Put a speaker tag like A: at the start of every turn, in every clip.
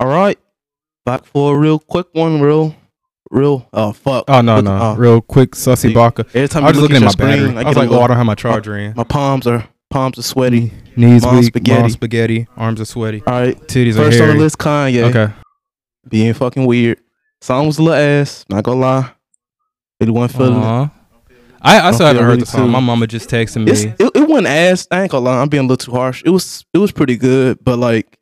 A: All right, back for a real quick one, real, real. Oh fuck!
B: Oh no
A: Look-
B: no!
A: oh.
B: Real quick, sussy baka.
A: Every time
B: I
A: I
B: was
A: look
B: looking
A: at
B: at
A: your
B: my
A: screen,
B: battery. I
A: get
B: was
A: a
B: like, Mm-hmm. oh, I
A: little-
B: don't have my charger in.
A: my palms are palms are sweaty.
B: Knees
A: mom's
B: weak,
A: spaghetti.
B: mom's spaghetti, arms are sweaty,
A: All right,
B: titties
A: first
B: are
A: on
B: hairy.
A: the list, Kanye.
B: Okay,
A: being fucking weird. Song was a little ass. Not gonna lie, really wasn't feeling it.
B: Aw. Uh-huh. I, I
A: Don't
B: still haven't
A: feel
B: heard
A: really
B: the song.
A: too-
B: My mama just texted
A: It's,
B: me.
A: it. It wasn't ass. I ain't gonna lie. I'm being a little too harsh. It was it was pretty good, but like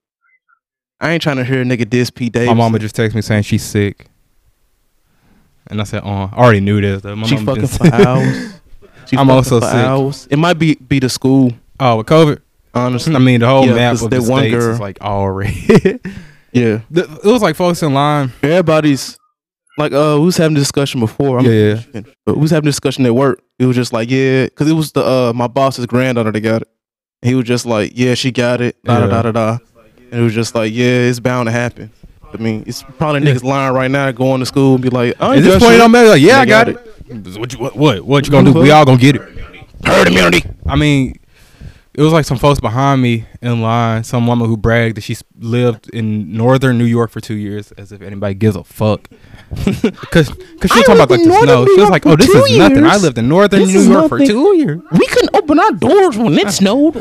A: I ain't trying to hear a nigga diss P Davis.
B: My mama just texted me saying she's sick, and I said, "Oh, I already knew this." Though. My
A: she
B: mama
A: fucking
B: just-
A: for hours. She
B: I'm
A: fucking
B: also
A: for
B: sick.
A: hours. It might be be the school.
B: oh, with COVID.
A: Honestly,
B: I mean, the whole
A: Yeah,
B: map
A: 'cause
B: of the
A: that one
B: states
A: girl-
B: is like all red. The-
A: yeah.
B: it was like folks in line.
A: Everybody's like, uh, we was having a discussion before. I'm
B: Yeah, yeah.
A: But we was having a discussion at work. It was just like, yeah, because it was the uh my boss's granddaughter that got it. He was just like, yeah, she got it. Da da da
B: Yeah.
A: da da. And it was just like, yeah, it's bound to happen. I mean, it's probably
B: Yeah.
A: niggas lying right now, going to school and be like, I
B: At
A: ain't
B: this
A: got
B: point,
A: shit.
B: it don't matter. Like, yeah,
A: They
B: I got,
A: got
B: it. What you what, what what you gonna do? We all gonna get it. Herd immunity. I mean, it was like some folks behind me in line. Some woman who bragged that she s- lived in northern New York for two years, as if anybody gives a fuck. Because cause she was talking about like
A: lived in
B: the
A: northern
B: snow.
A: New
B: She was
A: York
B: like,
A: for
B: "Oh, this
A: two
B: is nothing. I
A: years.
B: lived in northern
A: This
B: New
A: is
B: York for
A: nothing.
B: two years.
A: We couldn't open our doors when it snowed.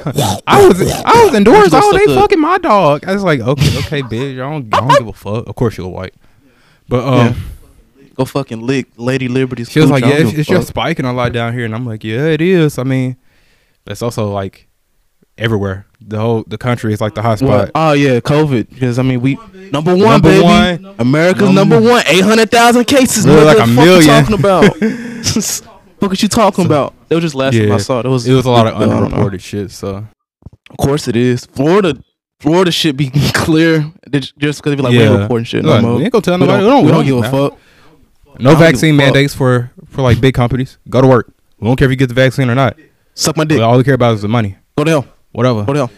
B: I was I was indoors
A: You gonna
B: all day
A: suck up.
B: fucking my dog. I was like, okay, okay, bitch, I don't, I don't give a fuck. Of course you're white, but um."
A: Yeah. Go fucking lick Lady Liberty's.
B: She was
A: cooch.
B: like,
A: I
B: "Yeah,
A: don't
B: it's,
A: give a
B: it's just
A: fuck."
B: spiking a lot down here," and I'm like, "Yeah, it is." I mean, that's also like everywhere. The whole the country is like the hot
A: Well,
B: spot.
A: oh yeah, COVID. Because I mean, we number one,
B: Number
A: baby.
B: one.
A: America's
B: Number-
A: number one. Eight hundred thousand cases.
B: Really
A: What
B: like
A: the
B: a
A: fuck
B: million.
A: You talking about? fuck is you talking about? It was just last time
B: Yeah.
A: I saw it. It was.
B: It was a lot of
A: I don't know.
B: underreported shit. So
A: Of course it is. Florida. Florida should be clear. They ju- Just because they be like, we
B: Yeah.
A: ain't reporting shit no
B: Look,
A: more.
B: we ain't gonna tell
A: We
B: nobody.
A: don't, we don't give a
B: man.
A: fuck. I
B: No
A: don't give a
B: vaccine
A: fuck.
B: mandates for for like big companies. Go to work. We don't care if you get the vaccine or not.
A: Suck my dick.
B: All we care about is the money.
A: Go to hell.
B: Whatever.
A: Go to hell.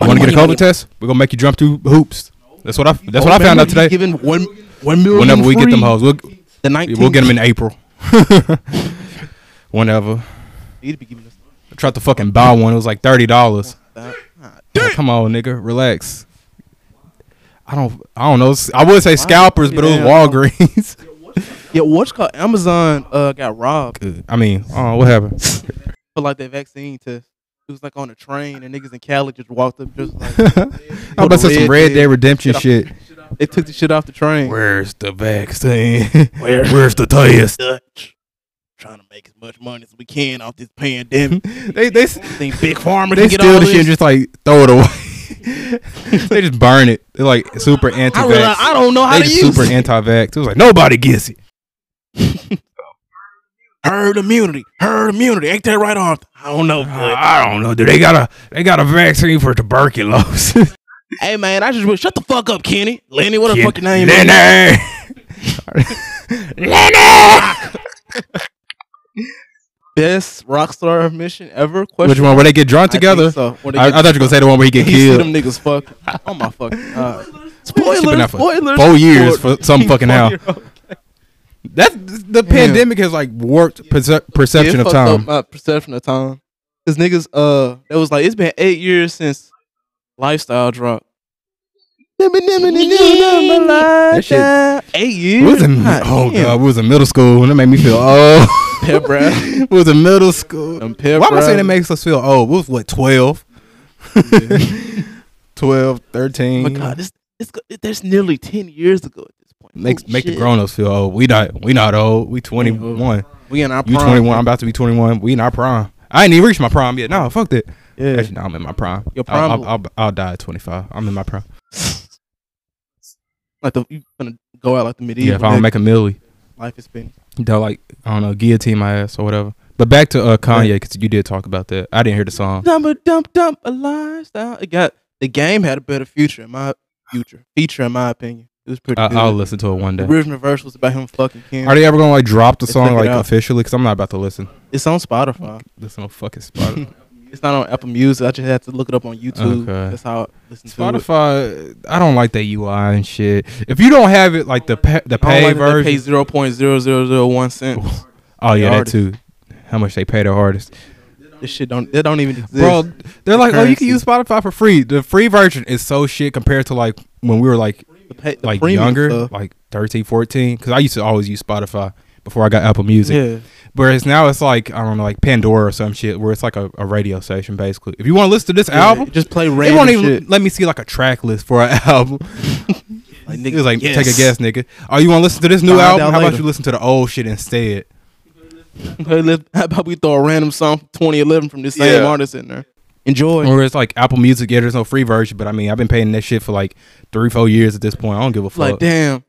B: You want to get a
A: Money, money,
B: COVID test? We're gonna make you jump through hoops. That's what I that's what
A: Oh,
B: I found
A: remember
B: out
A: you
B: today.
A: Giving one, one million
B: Whenever we get them
A: free
B: hoes, we'll
A: The 19th.
B: we'll get them in April. Whenever.
A: Need to be giving us
B: I tried to fucking buy one. It was like thirty dollars.
A: that. Ah,
B: Come on, nigga, relax. I don't, I don't know. I would say scalpers, but it was
A: Yeah.
B: Walgreens.
A: Yeah, what's called Amazon uh, got robbed
B: I mean, oh, what happened?
A: for like that vaccine test. It was like on a train and niggas in Cali just walked up just like
B: I'm about to say some
A: Red
B: Red Dead
A: Dead.
B: Redemption
A: Shut
B: shit.
A: they took the shit off the train.
B: Where's the vaccine?
A: Where-
B: Where's the test?
A: Dutch trying to make as much money as we can off this pandemic.
B: They, they, s-
A: Think big farmer
B: they
A: can get
B: steal
A: all
B: the shit and
A: this.
B: just like throw it away. they just burn it. They're like super
A: I realize I
B: anti-vax.
A: don't know how
B: They
A: to
B: just
A: use
B: super
A: it.
B: anti-vax. It was like nobody gets it.
A: herd immunity, herd immunity. Ain't that right off? I don't know. bud.
B: I don't know. Do they got a they got a vaccine for tuberculosis?
A: hey man, I just wish shut the fuck up, Kenny. Lenny, what the fuck your name? is?
B: Lenny! Lenny!
A: Best rock star mission ever? Question.
B: Which one? Where they get drunk
A: I think
B: together?
A: so. When they
B: I, I
A: get
B: thought you were going to say the one where he get
A: You see them
B: killed.
A: niggas fuck. Oh my fucking god.
B: She been
A: Spoilers,
B: out for
A: spoilers.
B: Four years
A: Spoil-
B: for some fucking hell.
A: Four-year-old.
B: That's the pandemic has like warped perce- perception
A: Yeah, it
B: of
A: fucked
B: time.
A: up My perception of time. Cause niggas, uh, that was like it's been eight years since lifestyle dropped.
B: That shit-
A: Eight
B: We
A: years.
B: was in,
A: God
B: oh
A: damn.
B: god, we was in middle school and it made me feel old.
A: Pep rap.
B: we was in middle school.
A: Them pep
B: Why am I saying
A: rap.
B: that makes us feel old? We was what 12? 12,
A: Oh
B: 13.
A: my god, this, this, go- that's nearly ten years ago at this point.
B: Makes
A: Holy
B: make the
A: oh, shit. Oh,
B: grown ups feel old. We not we not old. We twenty one.
A: We in our
B: You
A: prime.
B: twenty one. I'm about to be twenty one. We in our prime. I ain't even reached my prime yet. No, fuck that.
A: Yeah.
B: Actually, no, I'm in my prime.
A: Your
B: I'll,
A: prime-
B: I'll, I'll, I'll die at twenty five. I'm in my prime.
A: Like the you gonna go out like the medieval.
B: Yeah, if I don't
A: nigga.
B: make a milli,
A: life has been.
B: they'll like I don't know guillotine my ass or whatever. But back to uh, Kanye because you did talk about that. I didn't hear the song.
A: Dumb a dump dump a lifestyle. It got the game had a better future in my future feature in my opinion. It was pretty.
B: I,
A: good.
B: I'll listen to it one
A: The
B: day.
A: Rhythm Reverse was about him fucking Kim.
B: Are they ever gonna like drop the
A: Let's
B: song
A: check it
B: like
A: out.
B: officially? Because I'm not about to listen.
A: It's on Spotify.
B: Listen on fucking Spotify.
A: It's not on Apple Music. I just had to look it up on YouTube.
B: Okay.
A: That's how I listen to it.
B: Spotify. I don't like that UI and shit. If you don't have it like the pa- the
A: I
B: pay
A: don't like that they
B: version,
A: pay zero point zero zero zero one cents.
B: Oh yeah, that
A: artist.
B: too. How much they pay the artist?
A: This shit don't. That don't even exist.
B: bro. They're like, oh, you can
A: currency.
B: use Spotify for free. The free version is so shit compared to like when we were like
A: the, pa- the
B: like
A: premium
B: younger,
A: stuff.
B: like 13, 14. Because I used to always use Spotify before I got Apple Music.
A: yeah,
B: Whereas now it's like I don't know, like Pandora or some shit, where it's like a, a radio station basically. If you want to listen to this
A: yeah,
B: album,
A: Just play
B: they
A: random
B: won't even
A: shit.
B: let me see like a track list for an album.
A: Like,
B: It
A: nigga,
B: was like,
A: yes.
B: take a guess, nigga. Oh, you want to listen to this new
A: Find
B: album?
A: out
B: How about
A: later.
B: you listen to the old shit instead?
A: Hey, let- how about we throw a random song from 2011 from the same
B: Yeah.
A: artist in there? Enjoy.
B: Or it's like Apple Music. Yeah, there's no free version, but I mean, I've been paying that shit for like three, four years at this point. I don't give a fuck.
A: Like damn,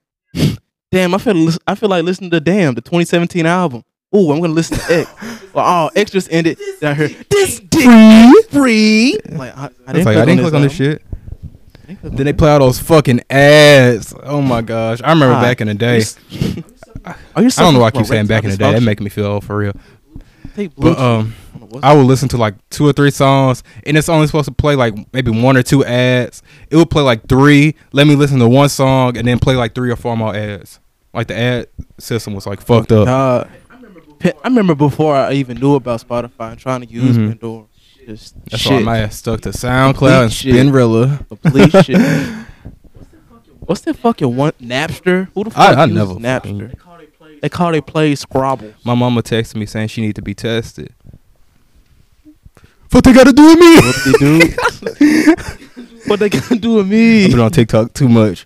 A: damn. I feel lis- I feel like listening to damn the 2017 album. Ooh, I'm gonna listen to X. well, oh, X just ended. Down here, this dick is free. Like I, I
B: It's
A: didn't,
B: like, I didn't click on this
A: album.
B: shit.
A: I didn't click on
B: Then they play all those fucking ads. Oh my gosh, I remember
A: Ah,
B: back in the
A: it.
B: day.
A: Oh, you're
B: I don't know why I
A: suffering
B: keep
A: from
B: saying back in the day. That
A: erectile
B: making me feel old for real.
A: dysfunction. Take
B: But
A: Bluetooth.
B: um,
A: I don't know what's-
B: I would listen to like two or three songs, and it's only supposed to play like maybe one or two ads. It would play like three. Let me listen to one song, and then play like three or four more ads. Like the ad system was like fucked up.
A: Nah. Pe- I remember before I even knew about Spotify and trying to use
B: Mhm.
A: Pandora. Just
B: That's why
A: shit.
B: my ass stuck to SoundCloud and
A: Shit.
B: Spinrilla.
A: Complete shit. What's that fucking one Napster? Who the fuck
B: I- I
A: uses
B: never
A: Napster? They call they play Scrabble.
B: My mama texted me saying she need to be tested. What they gotta do with me?
A: Whoop de doo. what they gonna do with me?
B: I've been on TikTok too much.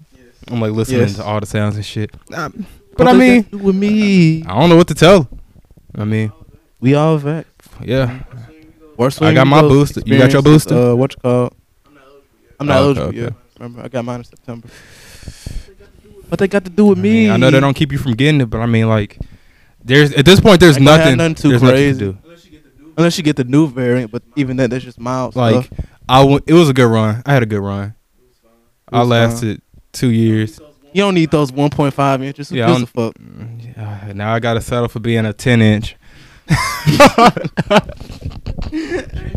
B: I'm like listening
A: Yes.
B: to all the sounds and shit. Nah,
A: What
B: But I
A: they
B: mean,
A: gonna do with me?
B: I don't know what to tell. her. I mean,
A: We all vax.
B: yeah.
A: Worst
B: I got
A: swing
B: my
A: goes
B: booster. You got your
A: experience is,
B: booster?
A: Uh, what you call? I'm not
B: Oh,
A: eligible.
B: okay,
A: Yeah,
B: okay.
A: remember I got mine in September. What they got to do with
B: I
A: me?
B: mean, I know they don't keep you from getting it, but I mean, like, there's at this point, there's
A: Ain't gonna have
B: nothing.
A: nothing too
B: there's
A: crazy.
B: nothing to do.
A: unless you get the new variant. But even then, that's just mild.
B: Like,
A: stuff.
B: I w- it was a good run. I had a good run. I
A: was fine.
B: lasted two years.
A: you don't need those 1.5 inches. Who
B: Yeah, I
A: gives a
B: don't-
A: fuck?
B: Mm, yeah, Now I gotta settle for being a ten inch.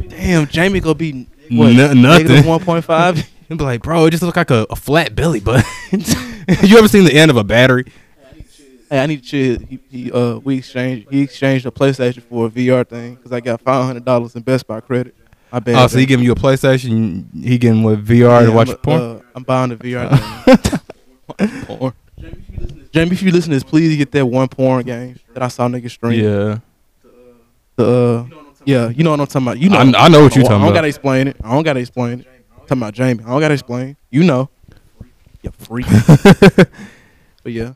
A: Damn, Jamie gonna be what?
B: N-
A: negative
B: nothing.
A: 1.5.
B: And be like, bro, it just looked like a, a flat belly button. you ever seen the end of a battery?
A: hey, I need to chill. He, he uh, we exchanged. He exchanged a PlayStation for a VR thing because I got 500 dollars in Best Buy credit. I bet.
B: Oh, so he giving you a PlayStation, he giving with VR to watch
A: I'm,
B: porn.
A: Uh, I'm buying the VR thing. porn. Jamie, if you listen to this, please get that one porn game that I saw niggas stream.
B: yeah,
A: The, uh, yeah, you know what I'm talking about. You know,
B: I, I know what you're
A: I don't
B: talking
A: gotta
B: about.
A: explain it. I don't gotta explain it. talking about Jamie. I don't gotta explain. You know. You freak. but yeah.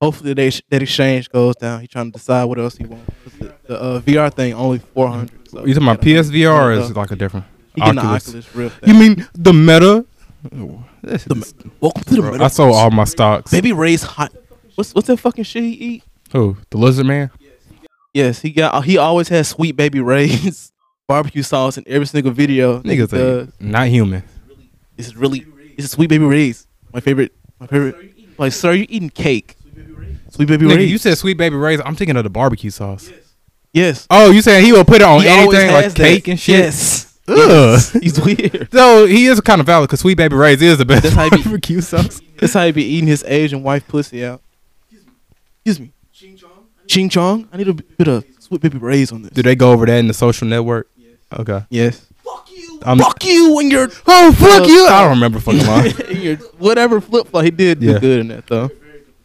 A: Hopefully they, that exchange goes down. He trying to decide what else he wants. 'Cause The, the, uh, VR thing only four hundred. So
B: You talking about
A: he
B: PSVR or is
A: Uh,
B: it like a different?
A: getting the
B: Oculus?
A: Oculus Rift.
B: You mean the meta? Oh, this
A: The
B: is-
A: Welcome to the
B: bro, I sold all my stocks.
A: Baby Ray's hot. What's what's that fucking shit he eat?
B: Who? The lizard man?
A: Yes, he got. He always has sweet Baby Ray's barbecue sauce in every single video. that he
B: Niggas
A: does.
B: ain't not human.
A: It's really it's sweet baby rays. My favorite my favorite like sir, you eating cake. Sweet baby
B: Nigga, you
A: rays.
B: said sweet baby rays. I'm thinking of the barbecue sauce.
A: Yes.
B: Oh, you saying he will put it on
A: He always
B: anything like
A: has
B: cake
A: that.
B: and shit?
A: Yes.
B: Ugh.
A: Yes. He's weird.
B: So he is kind of valid because sweet baby rays is the best
A: That's how he be-
B: barbecue sauce.
A: That's how he be eating his Asian wife pussy out. Excuse me. Ching Chong? I need a bit of sweet baby rays on this.
B: Do they go over that in the social network? Okay.
A: Yes.
B: I'm,
A: Fuck you and your
B: oh fuck
A: Uh,
B: you! I don't remember fucking line.
A: and your whatever flip flop. He did do
B: Yeah.
A: good in that though.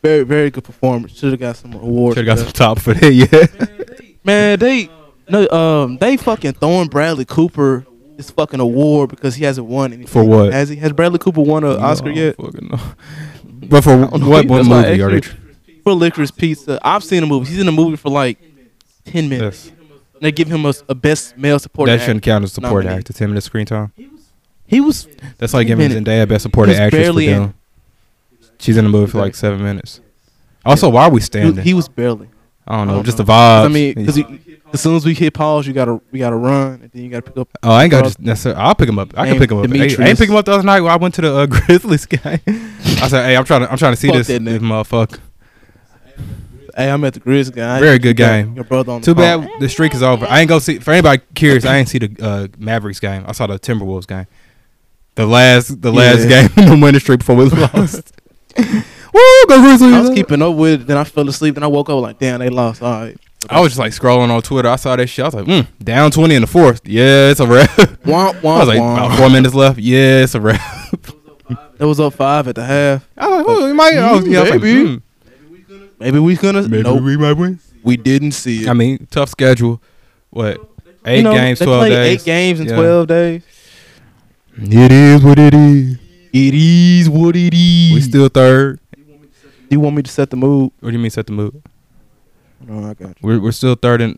A: Very, very good performance. Should have got some awards.
B: Should have got
A: for
B: some top for that. Yeah.
A: Man, they no um they fucking throwing Bradley Cooper this fucking award because he hasn't won anything.
B: For what?
A: Has he? Has Bradley Cooper won an Oscar
B: No, I
A: yet?
B: don't fucking know. But for
A: don't know.
B: what one
A: That's why I asked
B: movie are
A: you.
B: they? tr-
A: For Licorice Pizza, I've seen the movie. He's in the movie for like ten minutes.
B: Yes.
A: And they give him a, a best male supporting.
B: That shouldn't count as support
A: nominee.
B: actor. Ten minutes screen time.
A: actor. He was
B: That's like giving
A: minute.
B: Zendaya best supporting
A: He's
B: actress for
A: barely in.
B: Dune. She's in the movie for like seven minutes. Also, why are we
A: he,
B: standing?
A: he was barely.
B: I don't
A: I
B: know,
A: don't
B: just
A: know.
B: the vibes.
A: I mean, because as soon as we hit pause, you gotta we gotta run, and then you gotta pick up.
B: oh, I ain't got just necessarily. I'll pick him up. I can
A: Name
B: pick him up. Hey, I ain't
A: Demetrius.
B: pick him up the other night when I went to the uh, Grizzlies guy. I said, "Hey, I'm trying to, I'm trying to see
A: Fuck
B: this,
A: that nigga.
B: this motherfucker."
A: Hey, I'm at the Grizz guy.
B: Very good
A: You got
B: game.
A: Your brother on the
B: Too
A: phone.
B: bad the streak is over. I ain't go see. For anybody curious, I ain't see the uh, Mavericks game. I saw the Timberwolves game. The last, the last
A: Yeah.
B: game in the winning streak before we lost. Woo, go Grizzlies!
A: I was keeping up with it, then I fell asleep, then I woke up like, damn, they lost. All right.
B: I was just like scrolling on Twitter. I saw that shit. I was like, mm, down twenty in the fourth. Yeah, it's a wrap.
A: Womp,
B: I
A: womp,
B: was like,
A: womp.
B: about four minutes left. Yeah, it's a wrap.
A: It was up five at the half.
B: I was like, oh, you might. I was, yeah, I was like,
A: Maybe.
B: mm,
A: Maybe we gonna. nope, we,
B: might win.
A: didn't see it.
B: I mean, tough schedule. What? Eight
A: You know,
B: games,
A: they
B: twelve
A: played
B: days.
A: Eight games in
B: Yeah.
A: twelve days.
B: It is what it is.
A: It is what it is.
B: We still third.
A: Do you want me to set the mood?
B: What do you mean set the mood?
A: No, I got you.
B: We're we're still third and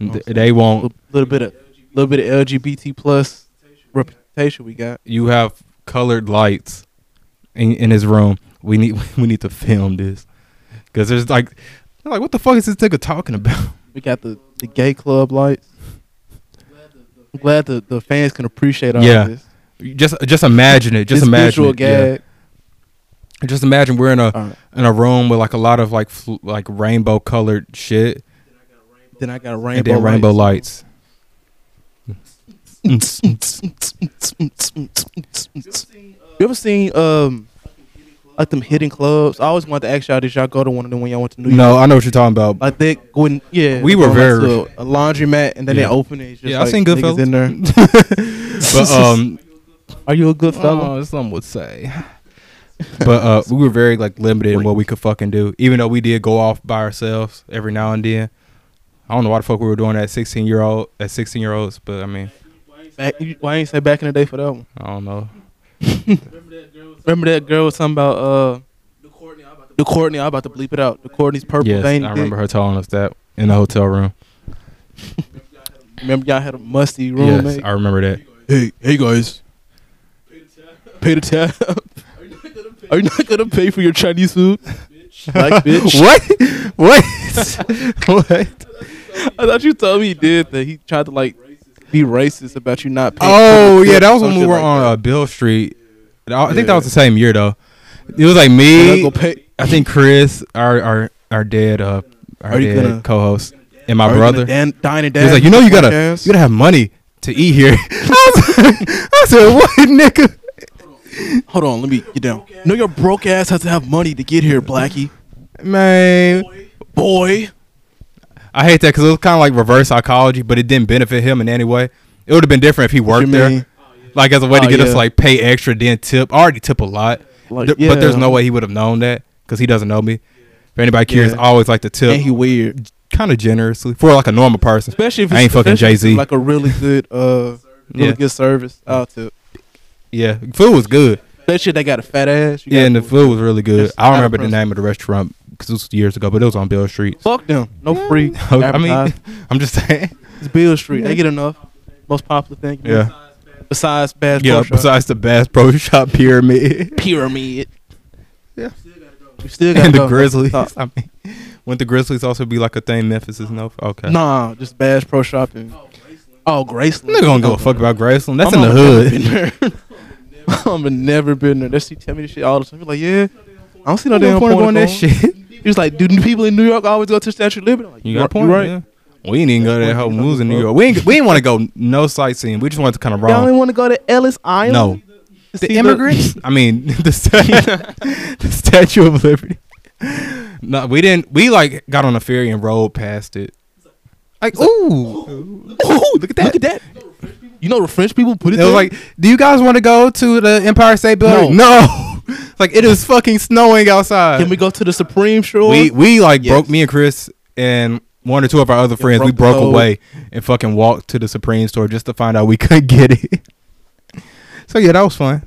A: Oh,
B: they
A: A
B: won't.
A: little, bit of, little bit of LGBT plus reputation we got.
B: You have colored lights in in his room. We need we need to film this because there's like they're like what the fuck is this nigga talking about?
A: We got the, the gay club lights. I'm glad the, the fans can appreciate all
B: Yeah.
A: of this.
B: Just just imagine it. Just
A: this
B: imagine.
A: visual
B: It. Yeah.
A: gag.
B: Just imagine we're in a
A: All right.
B: in a room with like a lot of like fl- like rainbow colored shit
A: Then I got rainbow
B: and then rainbow lights.
A: You ever seen um like them hidden clubs? I always wanted to ask y'all, did y'all go to one of them when y'all went to New York?
B: No, I know what you're talking about.
A: Like they when yeah,
B: We were
A: going, like,
B: very-
A: to a, a laundromat and then
B: Yeah.
A: they open it. It's just
B: Yeah, I
A: like
B: seen
A: niggas
B: Goodfellas.
A: in there.
B: but um,
A: Are you a good fella?
B: Oh, some would say. but uh, we were very like limited in what we could fucking do, even though we did go off by ourselves every now and then. I don't know why the fuck we were doing that sixteen year old at sixteen year olds, but I mean,
A: Back- you- why ain't say back in the day for that one?
B: I don't know.
A: Remember that girl was talking about uh the Courtney, I'm about to bleep it out. The Courtney's purple
B: Yes,
A: veiny
B: I remember her telling us that in the hotel room.
A: dick. Remember y'all had a musty
B: Yes,
A: roommate.
B: I remember that.
A: hey, hey guys. Pay the tab. Are you not gonna pay for your Chinese food? Black bitch.
B: what? What? what?
A: I thought you told me he did that. He tried to like be racist about you not paying.
B: Oh
A: for the
B: yeah,
A: tip
B: that
A: or
B: was
A: some
B: when we
A: shit
B: were
A: like
B: on
A: that.
B: uh, Bill Street. I I think that
A: Yeah.
B: was the same year though. It was like
A: You're not
B: me,
A: gonna pay-
B: I think Chris, our our our dead uh our
A: Are you
B: dead
A: gonna-
B: co-host, and my
A: Are you gonna
B: brother.
A: Dan, dine and
B: He was
A: dash
B: like, you know,
A: with
B: you
A: your
B: gotta
A: punk ass?"
B: you gotta have money to eat here. I, was- I said, what, nigga?
A: Hold on, let me get down. No, your broke ass has to have money to get here, Blackie.
B: Man,
A: Boy,
B: I hate that because it was kind of like reverse psychology, but it didn't benefit him in any way. It would have been different if he
A: What you
B: worked there,
A: mean?
B: like as a way to
A: Oh,
B: get us
A: yeah.
B: like pay extra, then tip. I already tip a lot,
A: Like,
B: Th- but there's
A: yeah.
B: no way he would have known that because he doesn't know me. If anybody curious,
A: Yeah.
B: I always like to tip
A: ain't he weird?
B: kind of generously for like a normal person.
A: Especially if
B: I
A: it's-
B: ain't fucking
A: especially if it's
B: Jay-Z.
A: Like a really good, uh, really
B: Yeah.
A: good service out to.
B: Yeah, food was good.
A: That shit, they got a fat ass. you
B: Yeah,
A: gotta
B: and the
A: go-
B: food was really good.
A: That's
B: I
A: out
B: don't
A: of
B: remember the
A: principle.
B: name of the restaurant because it was years ago, but it was on Bill Street.
A: Fuck them. No free.
B: I mean,
A: advertising.
B: I'm just saying.
A: it's Bill Street. They get enough. Most popular thing. you know,
B: Yeah,
A: Besides Bass
B: yeah.
A: Pro Shop.
B: Besides the Bass Pro Shop pyramid
A: pyramid.
B: Yeah.
A: You still got
B: and the
A: go.
B: Grizzlies.
A: Nah,
B: I mean, wouldn't the Grizzlies also be like a thing Memphis is known for? Okay,
A: Nah, just Bash Pro Shopping. Oh, Graceland.
B: I'm not gonna give a fuck about Graceland. That's
A: My
B: in the
A: mama never been
B: hood.
A: there. My mama never been there. That she tell me this shit all the time. Be like, yeah, I don't see no
B: No
A: damn point
B: point of going that shit.
A: She was like, do the people in New York always go to Statue of Liberty? I'm like,
B: You got a point,
A: you
B: right? We didn't even go to that whole moves in New York. We ain't, we didn't want to go no sightseeing. We just wanted to kind of
A: Y'all
B: roam.
A: only want to go to Ellis Island?
B: No,
A: To
B: the
A: see
B: immigrants. I mean, the, sta- the Statue of Liberty. No, we didn't. We like got on a ferry and rode past it. Like, ooh,
A: Ooh, look at that. Look at that. You know the French people put it
B: It was
A: there?
B: like, do you guys want to go to the Empire State Building? No. It's like it is fucking snowing outside.
A: can we go to the Supreme Shore?
B: uh, we we like
A: Yes.
B: broke me and Chris and one or two of our other friends. we
A: broke
B: broke
A: the code.
B: away and fucking walked to the Supreme store just to find out we could get it. so yeah, that was fun.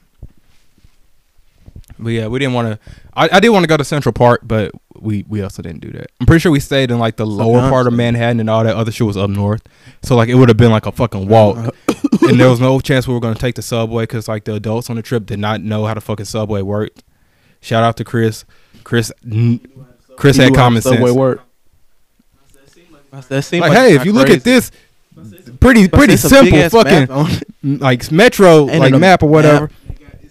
B: But yeah, we didn't want to. I, I did want to go to Central Park, but we we also didn't do that. I'm pretty sure we stayed in like the lower part of
A: Sometimes.
B: Manhattan and all that other shit was up north. So like it would have been like a fucking
A: Uh,
B: walk, and there was no chance we were gonna take the subway because like the adults on the trip did not know how the fucking subway worked. Shout out to Chris. Chris n- Chris
A: You
B: had
A: do have
B: common
A: Subway
B: sense.
A: work. I said, "That seem
B: Like,
A: like
B: hey,
A: it's
B: if
A: not
B: you look
A: crazy."
B: at this pretty
A: I said,
B: pretty
A: "It's a big
B: simple
A: ass map
B: fucking
A: on it."
B: m- like metro
A: And
B: Oh, like
A: a
B: map or whatever,
A: map.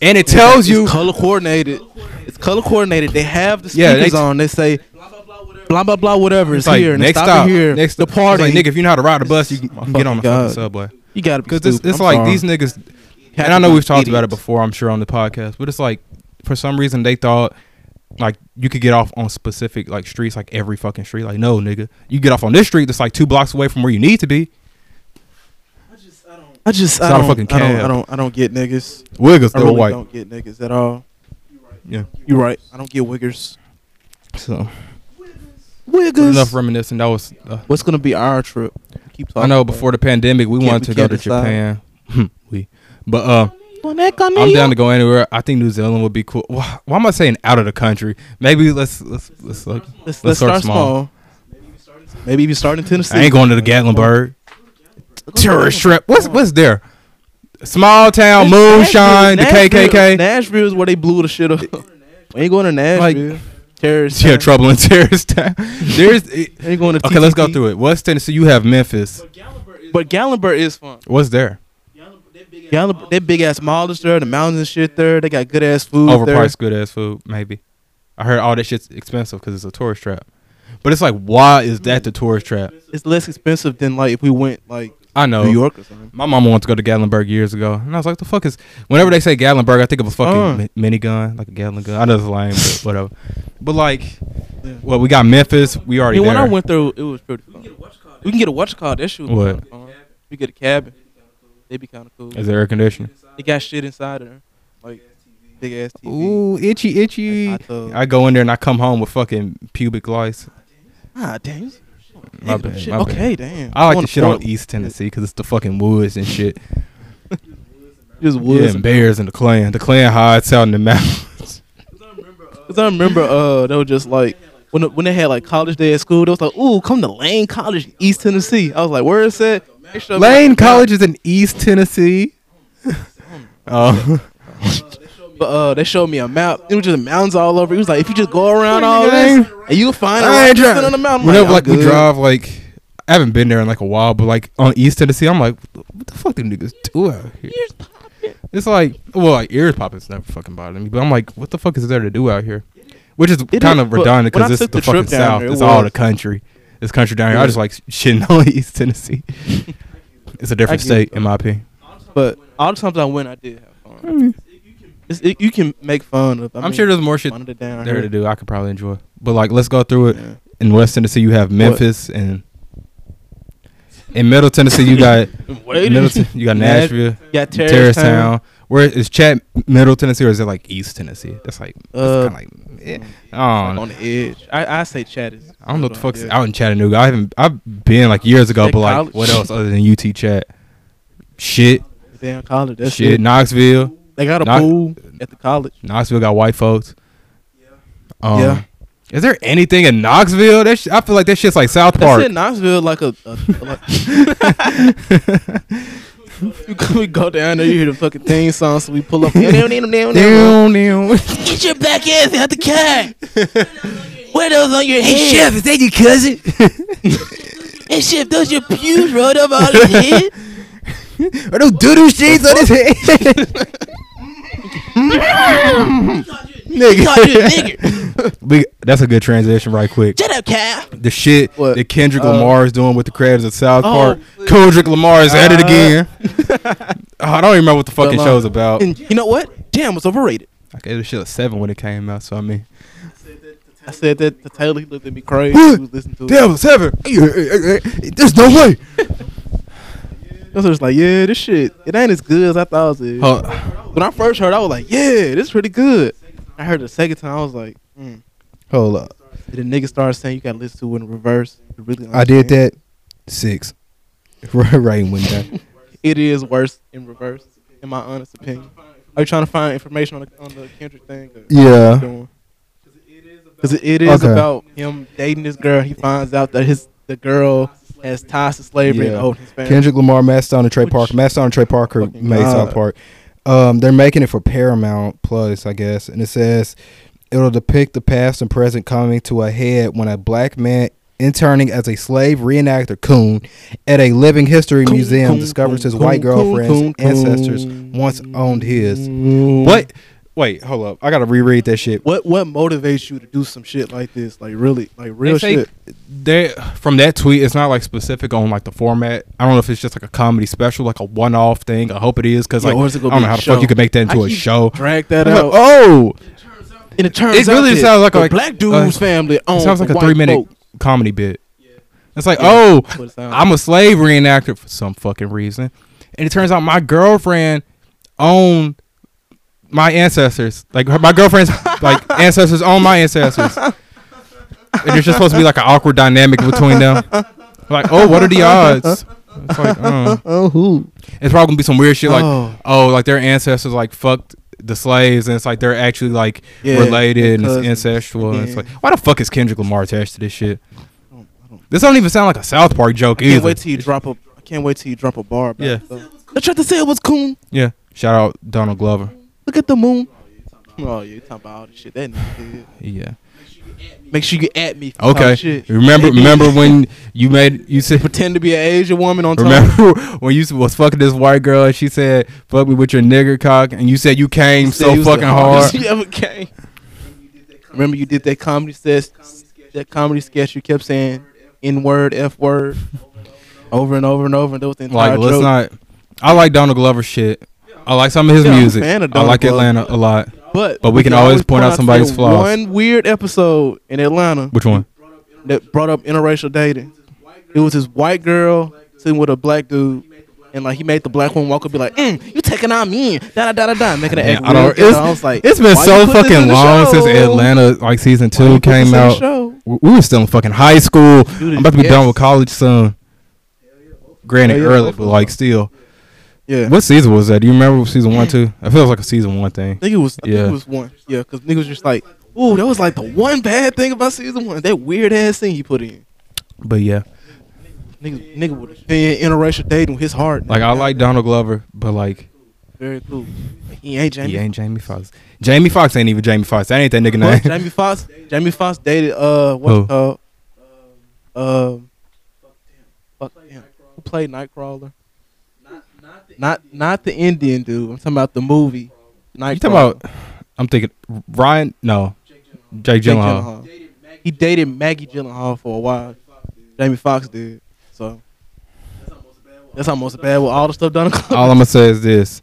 B: and it
A: It's
B: tells you
A: color coordinated. It's color coordinated. They have the
B: Yeah, they
A: speakers
B: t-
A: on. They say blah blah blah whatever is
B: it's like
A: here. And
B: next
A: stop
B: stop
A: it here.
B: next
A: the
B: stop. It's
A: party.
B: Like, nigga, if you know how to ride a bus, you can, you can get on the
A: fucking
B: fucking
A: God.
B: subway.
A: you gotta be
B: Because it's,
A: stupid.
B: it's
A: I'm
B: like
A: sorry.
B: these niggas,
A: Have
B: and I
A: to
B: know
A: be
B: we've talked about it
A: idiots.
B: before, I'm sure on the podcast, but it's like for some reason they thought like you could get off on specific like streets, like every fucking street. Like no, nigga, you get off on this street that's like two blocks away from where you need to be.
A: I just, I don't, I just, I
B: not a
A: don't,
B: fucking
A: I don't,
B: cab.
A: I don't, I don't get niggas.
B: Wiggles,
A: I
B: they're
A: really
B: white.
A: don't get niggas at all.
B: Yeah.
A: You're right. I don't get wiggers.
B: So enough
A: Wiggers.
B: reminiscing. That was. Uh,
A: What's gonna be our trip? Keep talking
B: I know.
A: about it.
B: Before the pandemic, we
A: Can't-
B: wanted
A: we
B: to go
A: can't
B: to
A: decide.
B: Japan. we, but uh, I'm
A: I'm
B: down to go anywhere. I think New Zealand would be cool. Why, why am I saying out of the country? Maybe let's let's let's look.
A: Let's,
B: Let's
A: let's start
B: start
A: small. Maybe even start in Tennessee.
B: I ain't going to the Gatlinburg. Tourist trip. What's what's there? Small town, moonshine, the KKK.
A: Nashville is where they blew the shit up. We ain't going to
B: Like-
A: Nashville. Terrorist.
B: Yeah,
A: town.
B: trouble in terrorist town. There's it-
A: Ain't going to.
B: okay. Let's go
A: TTP.
B: through it. What's Tennessee? You have Memphis.
A: But Gallenberg is fun.
B: What's there?
A: Gallenberg, that big ass mall is there. The mountains and shit there. They got good ass food. there.
B: Overpriced good ass food. Maybe. I heard all that shit's expensive because it's a tourist trap. But it's like, why is that the tourist trap?
A: It's less expensive than like if we went like
B: I know.
A: New York or something.
B: My mama wanted to go to Gatlinburg years ago, and I was like, "The fuck is?" Whenever they say Gatlinburg, I think of a fucking
A: Uh.
B: mi- minigun, like a Gatlin gun. I know it's lame, but whatever. But like,
A: Yeah.
B: well, we got Memphis. We already
A: Yeah, when
B: there.
A: I went through, it was pretty fun. We can get a watch call. That shit. was
B: What?
A: kinda fun. We get a cabin. They be kind of cool.
B: is there air conditioning?
A: They got shit inside of there, like big ass TV.
B: Ooh, itchy, itchy.
A: Like, I thought-
B: I go in there and I come home with fucking pubic lice.
A: Ah, damn.
B: My
A: Nigga,
B: bad,
A: shit.
B: my bad.
A: okay, damn.
B: I like
A: wanna
B: the shit
A: pour-
B: on E. East Tennessee because it's the fucking woods and shit.
A: Just woods.
B: yeah, and bears and the clan. The clan hides out in the mountains.
A: Cause I remember, uh, they were just like when when they had like college day at school. They was like, "Ooh, come to Lane College, in East Tennessee." I was like, "Where is it?" They showed me,
B: Lane
A: like,
B: College is in East Tennessee. oh,
A: But uh, they showed me a map. It was just mountains all over. It was like if you just go around all
B: Nigga,
A: this,
B: ain't-
A: and you'll find
B: I
A: it
B: ain't
A: just
B: tryna-
A: sit on the mountain.
B: Whenever
A: I'm
B: like we
A: good.
B: drive, like I haven't been there in like a while, but like on East Tennessee, I'm like, what the- what the fuck do niggas do out here? It's like, well, like ears popping's never fucking bothered me, but I'm like, what the fuck is there to do out here? Which is
A: It
B: kind
A: is,
B: of
A: but
B: redundant
A: when I
B: because
A: took
B: it's the,
A: the
B: fucking
A: trip down
B: South.
A: there, it
B: It's all
A: was-
B: the country. It's country down here. I
A: Yeah.
B: just like shitting on East Tennessee. it's a different
A: get
B: state,
A: it.
B: in my opinion.
A: But all the times I went, I did have fun. It's, it, you can make fun of. I
B: I'm
A: mean,
B: sure there's more shit
A: fun of the down
B: there
A: here.
B: to do. I could probably enjoy, but like, let's go through it.
A: Yeah.
B: In West Tennessee, you have Memphis, and in Middle Tennessee, you got
A: Wait,
B: Middle Ten- you got
A: Nash-
B: Nashville,
A: got Terrace,
B: Terrace
A: Town.
B: Town. Where is Chat Middle Tennessee or is it like East Tennessee? That's like
A: Uh,
B: that's kind of like eh, I don't know.
A: on the edge. I, I say Chattis.
B: I don't know what the fuck's
A: Yeah.
B: out in Chattanooga. I haven't I've been like years ago,
A: That
B: but like
A: college-
B: what else other than UT Chat? Shit,
A: Damn college. That's
B: shit.
A: it.
B: Knoxville,
A: They got a
B: Not-
A: pool at the college.
B: Knoxville got white folks. Um,
A: Yeah.
B: Is there anything in Knoxville? That sh- I feel like that shit's like South
A: That's
B: Park.
A: it. Knoxville, like a. a like, you go- we go down there, you hear the fucking theme song, so we pull up. Get
B: Down, down.
A: your black ass out the car. What those on your head?
B: is that your cousin?
A: Hey, Chef, those your pews rolled up all your head?
B: Are those doo-doo shades on his head?
A: Called you a nigger.
B: We, that's a good transition, right quick.
A: Shut up, Cal.
B: The shit
A: What?
B: that Kendrick
A: Uh,
B: Lamar is doing with the crabs at South
A: Oh,
B: Park.
A: please.
B: Kendrick Lamar is at it
A: Uh,
B: again. Oh, I don't even remember what the fucking
A: Lamar.
B: show's about.
A: And you know what? Damn, it's overrated.
B: I gave the shit a seven when it came out, so I mean,
A: I said that to Taylor. He looked at me crazy. He was listening to it.
B: damn, a seven. There's no way.
A: I was just like, yeah, this shit, it ain't as good as I thought it was.
B: Hold,
A: When I first heard, I was like, yeah, this pretty good. I heard the second time, I was like, mm.
B: hold up.
A: And the nigga started saying you got to listen to it in reverse. to really
B: I did
A: understand.
B: that six. Right, right when that.
A: It is worse in reverse, in my honest opinion. Are you trying to find information on the, on the Kendrick thing? or-
B: Yeah.
A: Because it, it is
B: Okay.
A: about him dating this girl. He finds out that his the girl has ties to slavery and
B: Yeah.
A: owed his family.
B: Kendrick Lamar, Mastodon, and Trey
A: Which-
B: Parker. Mastodon and Trey Parker
A: Fucking
B: made
A: God.
B: South Park. Um, they're making it for Paramount Plus, I guess, and it says it'll depict the past and present coming to a head when a black man interning as a slave reenactor coon at a living history
A: Coon,
B: museum
A: coon,
B: discovers his
A: coon,
B: white
A: coon,
B: girlfriend's
A: coon, coon.
B: ancestors once owned his.
A: What
B: What? Wait, hold up. I gotta reread that shit.
A: what what motivates you to do some shit like this? Like really, like real
B: They say
A: shit.
B: They from that tweet, it's not like specific on like the format. I don't know if it's just like a comedy special, like a one-off thing. I hope it is because
A: Yeah,
B: like
A: or is it
B: I
A: gonna
B: don't
A: be
B: know
A: a
B: how the
A: show?
B: fuck you could make that into
A: I
B: a
A: keep
B: show.
A: Drag that
B: I'm like,
A: out.
B: oh,
A: And it turns
B: It
A: out
B: really
A: that
B: sounds like
A: the
B: a-
A: black dude's family
B: It
A: owns
B: sounds like a
A: white
B: three minute
A: folks.
B: comedy bit. It's like,
A: Yeah,
B: oh,
A: that's what it sounds
B: I'm a slave reenactor for some fucking reason, and it turns out my girlfriend owned my ancestors. Like her, my girlfriend's like ancestors own my ancestors, and there's just supposed to be like an awkward dynamic between them. Like, oh, what are the odds? It's like, oh.
A: Oh, who?
B: It's probably gonna be some weird shit like
A: Oh.
B: oh. like their ancestors like fucked the slaves and it's like they're actually like
A: Yeah,
B: related and
A: cousins.
B: it's incestual and it's
A: Yeah.
B: like why the fuck is Kendrick Lamar attached to this shit?
A: I don't- I don't-
B: This don't even sound like a South Park joke
A: I can't
B: either.
A: wait till you drop a. I can't wait till you drop a bar. About
B: Yeah.
A: it. I tried to say it was cool.
B: yeah. Shout out Donald Glover.
A: Look at the moon. Oh, you talking about all this shit? That nigga did.
B: Yeah.
A: Make sure you at me. for talking
B: Okay.
A: Oh, Shit.
B: Remember
A: Maybe
B: remember when you made you said
A: pretend to be an Asian woman on top.
B: remember when you was fucking this white girl and she said fuck me with your nigger cock and you said you came
A: You said
B: so
A: you was the
B: fucking
A: hardest
B: hard.
A: you ever came. Remember you did that comedy set, that comedy sketch. You kept saying N word, F word, over and over and over, and that was the entire
B: Like let's
A: joke.
B: not I like Donald Glover shit. I like some of his
A: Yeah, I'm a
B: music.
A: fan of
B: I
A: Donald
B: like
A: Glover.
B: Atlanta a lot.
A: but
B: but we can always point out somebody's
A: the
B: flaws.
A: One weird episode in Atlanta
B: Which one?
A: that brought up interracial dating. It was this white girl sitting with a black dude. And like he made the black one walk up, be like, mm, "You taking our men?" Da da da da da, making it
B: Man,
A: act
B: I
A: real.
B: don't.
A: ghetto.
B: It's,
A: I was like,
B: it's been
A: "Why you
B: so
A: put this in
B: fucking
A: the
B: long since
A: show?
B: Atlanta, like season
A: Why you
B: two
A: put this in
B: came
A: the
B: out.
A: show?
B: We we were still in fucking high school. I'm about to be
A: yes.
B: done with college soon. Granted,
A: Hell yeah,
B: early,
A: both
B: but
A: of
B: like still.
A: Yeah,
B: What season was that? Do you remember season one, two? I feel like a season one thing.
A: I think it was. I think
B: Yeah.
A: it was one. Yeah, because niggas just like, ooh, that was like the one bad thing about season one. That weird ass thing he put in.
B: But yeah,
A: Niggas, nigga would defend interracial dating with his heart.
B: like I
A: nigga.
B: like Donald Glover, but like
A: very cool. He ain't Jamie.
B: he ain't Jamie Foxx. Jamie Foxx ain't even Jamie Foxx. That ain't that nigga
A: But
B: name.
A: Jamie Foxx. Jamie Foxx dated uh what's
B: Who?
A: it called um fuck damn who played Nightcrawler? Not not the Indian dude. I'm talking about the movie. Nightcrawler.
B: You talking about? I'm thinking Ryan. No, Jake
A: Jake
B: Gyllenhaal.
A: Gyllenhaal. He dated Maggie Gyllenhaal for a while. Jamie Foxx did. So that's almost bad with all the stuff done.
B: all I'm gonna say is this: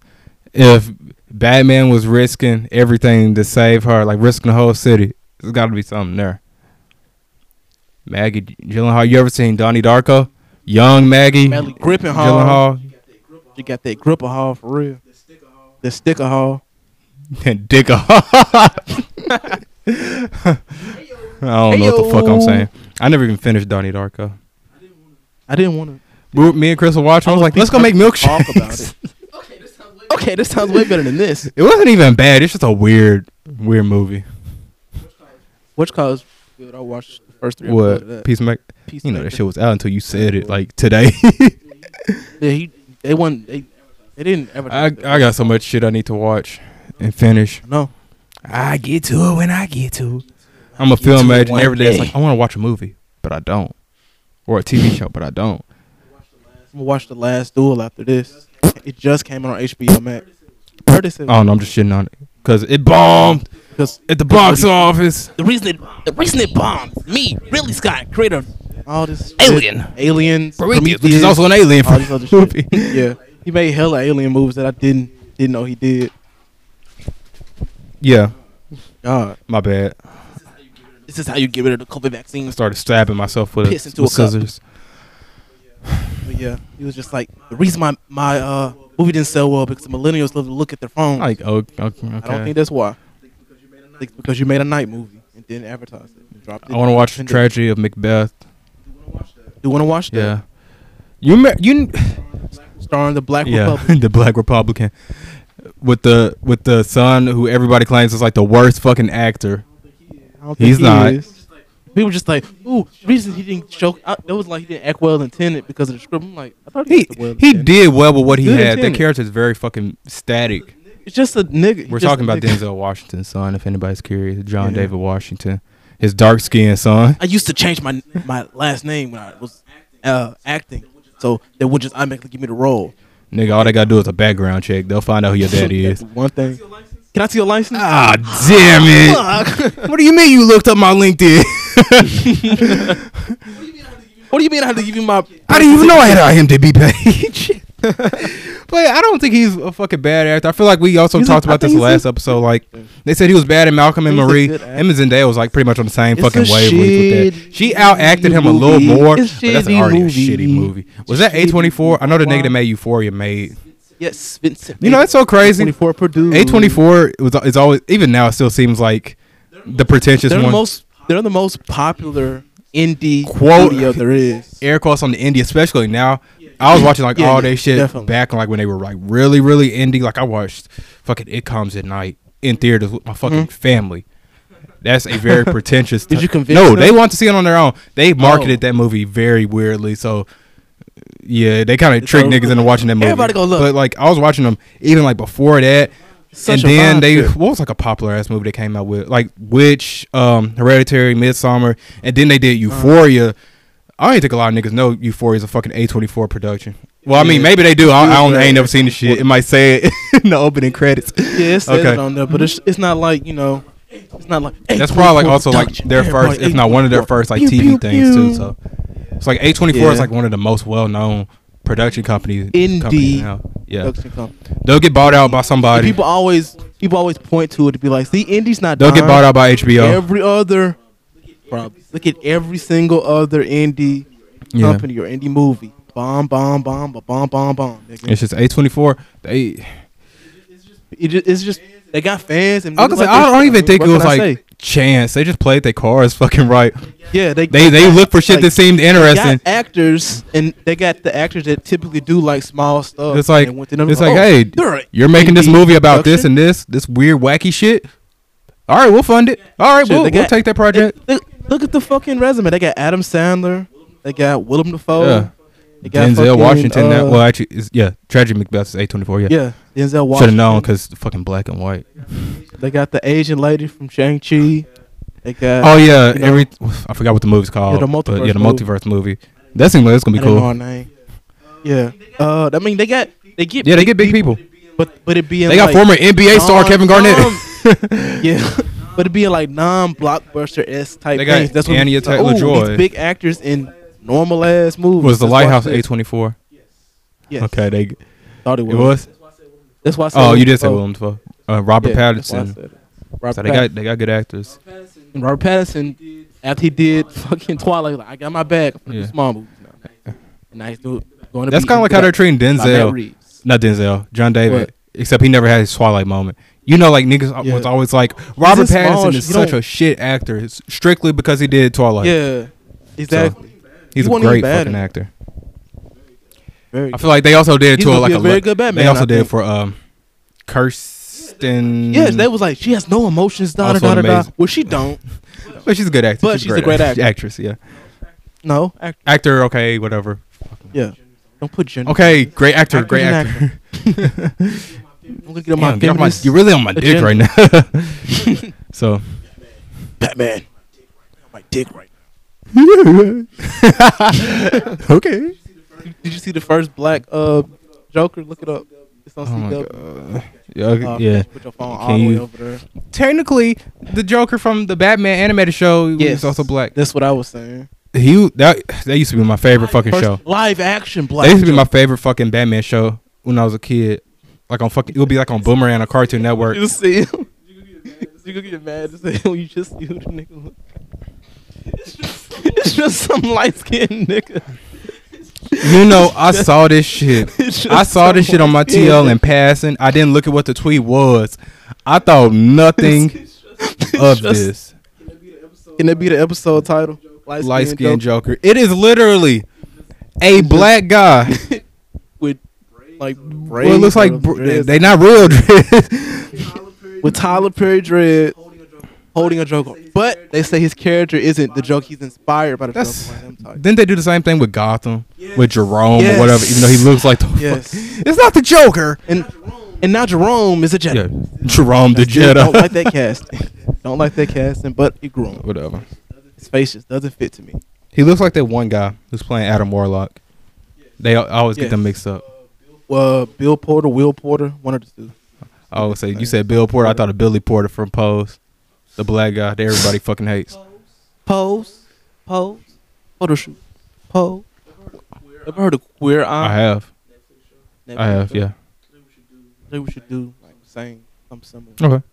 B: if Batman was risking everything to save her, like risking the whole city, there's got to be something there. Maggie Gyllenhaal, you ever seen Donnie Darko? Young Maggie
A: Madly gripping hall.
B: Gyllenhaal,
A: You got that gripper hall for real. The sticker hall.
B: and Dick. I don't know what the fuck I'm
A: Ayo.
B: saying. I never even finished Donnie Darko.
A: I didn't want
B: We- Me and Chris were watching. I was like, let's go make
A: to talk about
B: milkshakes.
A: it. Okay, this sounds way better than this.
B: It wasn't even bad. It's just a weird, weird movie.
A: Which cause good? I watched the first three. episodes of
B: What
A: that.
B: Peacemaker?
A: Peace
B: You know that
A: Maker.
B: shit was out until you said it like today.
A: Yeah, he they won. They they didn't ever.
B: I I got so much shit I need to watch and finish.
A: no.
B: I get to it when I get to. I'm a
A: Get to
B: film
A: it
B: major. and
A: one
B: Every day it's
A: day.
B: like I want to watch a movie, but I don't, or a TV show, but I don't.
A: I'm gonna watch the last duel after this. It just came out on HBO Max. Heard it said-
B: I don't know. I'm just shitting on it because it bombed
A: 'cause
B: at the box office.
C: The reason it, the reason it bombed me, Ridley Scott, creator of
A: all this shit-
C: Alien.
A: aliens,
B: Prometheus, which is also an alien
A: all this other
B: movie.
A: shit. Yeah, he made hella alien movies that I didn't didn't know he did.
B: Yeah,
A: God,
B: my bad.
C: This is how you get rid of the COVID
B: I
C: vaccine.
B: started stabbing myself with,
C: Piss
B: a,
C: into
B: with
C: a cup.
B: scissors.
A: but yeah, he was just like the reason my my uh movie didn't sell well because millennials love to look at their phones.
B: Like oh, okay.
A: I don't think that's why. It's because you made a night movie and didn't advertise it. and dropped it.
B: I want to watch the
A: And
B: tragedy of Macbeth.
A: did- Do you want to watch that?
B: Yeah, you me- you.
A: Starring the Black
B: yeah,
A: Republic.
B: the black Republican with the with the son who everybody claims is like the worst fucking actor.
A: I don't
B: He's not.
A: is. People just like, ooh, reason he didn't choke. I, that was like he didn't act well in Tenet because of the script. I'm like, I thought he
B: He
A: acted well in
B: he
A: Tenet.
B: did well with what he
A: Good
B: had. That
A: intent.
B: character is very fucking static.
A: It's just a nigga. He's
B: We're
A: just a
B: talking about
A: nigga.
B: Denzel Washington's son, if anybody's curious. John
A: Yeah.
B: David Washington, his dark skinned son.
A: I used to change my my last name when I was uh, acting, so they would just automatically give me the role.
B: Nigga, all they gotta do is a background check. They'll find out who your daddy
A: That's
B: is.
A: one thing. Can I see your license?
B: Ah, damn it! What do you mean you looked up my LinkedIn?
A: What do you mean I had to give you my?
B: I didn't even know I had an IMDb page. But I don't think he's a fucking bad actor. I feel like we also
A: He's a-
B: talked
A: I
B: about this
A: think he's a-
B: last episode. Like they said he was bad in Malcolm and
A: He's a
B: Marie.
A: good
B: Him and Zendaya was like pretty much on the same
A: It's
B: fucking
A: a
B: wavelength with that. She out acted him a little
A: shitty
B: more.
A: movie.
B: But
A: It's
B: that's
A: shitty
B: already
A: movie.
B: a shitty movie. Was that
A: Shitty
B: A twenty four? I know the nigga
A: movie.
B: that made Euphoria made.
A: Yes, Vincent.
B: You know that's so crazy.
A: Twenty-four Purdue.
B: A twenty four was is always even now it still seems like the pretentious
A: They're the
B: one.
A: most. They're the most popular indie
B: Quote-
A: studio there is.
B: air quotes on the indie, especially now. I was watching like
A: Yeah,
B: all
A: yeah,
B: day shit
A: definitely.
B: back like when they were like really, really indie. Like I watched fucking It Comes at Night in theaters with my fucking family. That's a very pretentious.
A: Mm-hmm. Did
B: ti-
A: you convince
B: No,
A: them? Oh.
B: they want to see it on their own. They marketed that movie very weirdly, so yeah, they kind of tricked
A: over.
B: niggas into watching that movie.
A: Everybody go look.
B: But like I was watching them even like before that,
A: Such a
B: and then
A: vibe
B: they
A: trip.
B: what was like a popular ass movie they came out with like Witch, um, Hereditary, Midsummer, and then they did
A: Uh-huh.
B: Euphoria. I don't think a lot of niggas know Euphoria is a fucking A twenty four production. Well, I mean,
A: Yeah.
B: maybe they do. I, I don't. I ain't
A: Yeah.
B: never seen the shit. It might say it in the opening credits.
A: Yeah, it says
B: Okay.
A: it on there, but it's it's not like you know, it's not like
B: That's probably like also like
A: production.
B: their
A: Everybody
B: first, if not one of their
A: 824.
B: first, like
A: Pew,
B: TV
A: pew,
B: things too.
A: pew.
B: So it's like A twenty four is
A: Yeah.
B: like one of the most well known production companies.
A: Indie
B: companies now. Yeah,
A: production company.
B: they'll get bought out by
A: And
B: somebody.
A: People always people always point to it to be like, see, indie's not.
B: They'll get
A: dying.
B: bought out by HBO.
A: Every other, bro, look at every single other indie
B: Yeah.
A: company or indie movie. Bomb, bomb, bomb, ba- bomb, bomb, bomb. nigga.
B: It's just A twenty four. They
A: It just, it's just they got fans. And
B: I
A: niggas
B: was gonna say,
A: like
B: I
A: that
B: don't
A: shit.
B: even think
A: What
B: it was
A: can I
B: like
A: say?
B: chance. They just played their cards fucking right.
A: yeah, they
B: They they look for shit
A: Like,
B: that seemed interesting.
A: got actors and they got the actors that typically do like small stuff.
B: It's like
A: and went to them,
B: it's like,
A: oh,
B: hey,
A: they're a
B: you're making this
A: indie
B: movie about this
A: production.
B: and this this weird wacky shit. All right, we'll fund it. All right,
A: Shit,
B: we'll,
A: they
B: we'll
A: got-
B: take that project.
A: Look, look at the fucking resume. They got Adam Sandler. They got Willem Dafoe.
B: Yeah.
A: They got
B: Denzel
A: fucking,
B: Washington. now,
A: uh,
B: well, actually, is, yeah, Tragic Macbeth is A twenty four. Yeah,
A: yeah, Denzel Washington.
B: should have known because fucking black and white.
A: They got the Asian lady from Shang Chi. They got
B: oh yeah,
A: you know-
B: every I forgot what the movie's called.
A: the
B: but yeah, the
A: multiverse
B: multiverse movie. That seems like it's gonna
A: I
B: be
A: don't know
B: cool.
A: her name. Yeah. Uh, I mean they got they get
B: Yeah, they get big people.
A: but but it being
B: They got
A: like,
B: former NBA star
A: non-
B: Kevin Garnett.
A: non- yeah, but it being like non-blockbuster s type
B: They got
A: things. That's what
B: Anya
A: it's like,
B: Taylor-Joy.
A: ooh, these big actors in normal ass movies.
B: Was the
A: That's why I
B: Lighthouse
A: said-
B: A twenty four?
A: Yes,
B: Okay, they it
A: thought it was.
B: was.
A: That's why. I said
B: Oh, you did say
A: Willem
B: Willem Dafoe. Uh, Robert
A: Dafoe. Yeah, that's why I
B: Pattinson.
A: said it. Robert
B: So they got they got good actors.
A: And Robert Pattinson, after he did fucking Twilight, he's like, I got my bag. I'm gonna
B: Yeah.
A: do small movies now. And now he's doing. Going to
B: That's
A: be
B: kind of like how they're treating
A: by Matt
B: Denzel.
A: Reeves.
B: Not Denzel, John David.
A: What?
B: Except he never had his Twilight moment. You know, like niggas al-
A: Yeah.
B: was always like Robert
A: He's just small,
B: Pattinson is
A: you
B: such
A: don't-
B: a shit actor. It's strictly because he did Twilight.
A: Yeah, exactly.
B: he's
A: he
B: a
A: wasn't even
B: great
A: bad
B: fucking
A: in it.
B: actor.
A: Very
B: I feel like they also did
A: He's
B: to a,
A: gonna
B: like
A: be
B: a,
A: a very
B: le-
A: good Batman,
B: They also
A: I
B: did
A: think.
B: for um, Kirsten.
A: Yes, they was like she has no emotions, da da
B: Also
A: da da. da.
B: amazing.
A: Well, she don't.
B: but she's a good actor.
A: But she's a great actor.
B: Actress, yeah.
A: No, act-
B: Actor, okay, whatever.
A: yeah. Don't put gender.
B: Okay, great actor,
A: Actor's
B: great
A: an
B: actor.
A: I'm gonna get on my
B: Damn, get off my-
A: feminist
B: you're really on my dick
A: agenda.
B: right now. so
A: Batman. My dick right
B: okay.
A: now. Did you see the first black uh Joker? Look it up. It's on
B: Oh my
A: CW.
B: Yeah. okay,
A: Uh,
B: yeah.
A: Put your phone
B: Can
A: all the way
B: you-
A: over there.
B: Technically, the Joker from the Batman animated show
A: Yes.
B: was also black.
A: That's what I was saying.
B: He that that used to be my favorite fucking
A: First
B: show.
A: live action
B: That
A: black.
B: used to be my favorite fucking Batman show when I was a kid. Like on fucking, it would be like on Boomerang or Cartoon Network.
A: Joker. You see him. You gonna get mad to say when you just see who the nigga look. It's just, it's just some light skinned nigga.
B: You know, I saw this shit.
A: It's just
B: I saw this
A: some
B: shit on my
A: light-skinned
B: TL in passing. I didn't look at what the tweet was. I thought nothing
A: It's
B: of
A: just-
B: this.
A: Can that be the episode title?
B: Light skinned
A: Joker
B: Joker. It is literally a black guy.
A: with like
B: Well, it looks
A: braids or
B: like br- they
A: dreads.
B: they not real dreads.
A: with Tyler Perry dread holding a Joker, but they say his character isn't the Joker. He's inspired by the
B: That's-
A: Joker. I'm sorry.
B: Didn't they do the same thing with Gotham, with Jerome
A: Yes.
B: or whatever? Even though he looks like the
A: Yes.
B: it's not the Joker.
A: And and now Jerome is a Jedi.
B: Yeah, Jerome the
A: Still
B: Jedi.
A: Don't like that casting. don't like that casting, but it grew on.
B: whatever.
A: His face just doesn't fit to me.
B: He looks like that one guy who's playing Adam Warlock. They al- I always get
A: Yes.
B: them mixed up.
A: Uh, Bill Porter, Will Porter, one of the two.
B: I always say Oh, you said Bill Porter. I thought of Billy Porter from Pose, the black guy that everybody fucking hates.
A: Pose, pose, photo shoot, pose. Ever heard of Queer
B: I
A: Eye?
B: have.
A: Netflix
B: I have,
A: stuff.
B: yeah.
A: I think we should do like same, something similar,
B: Okay.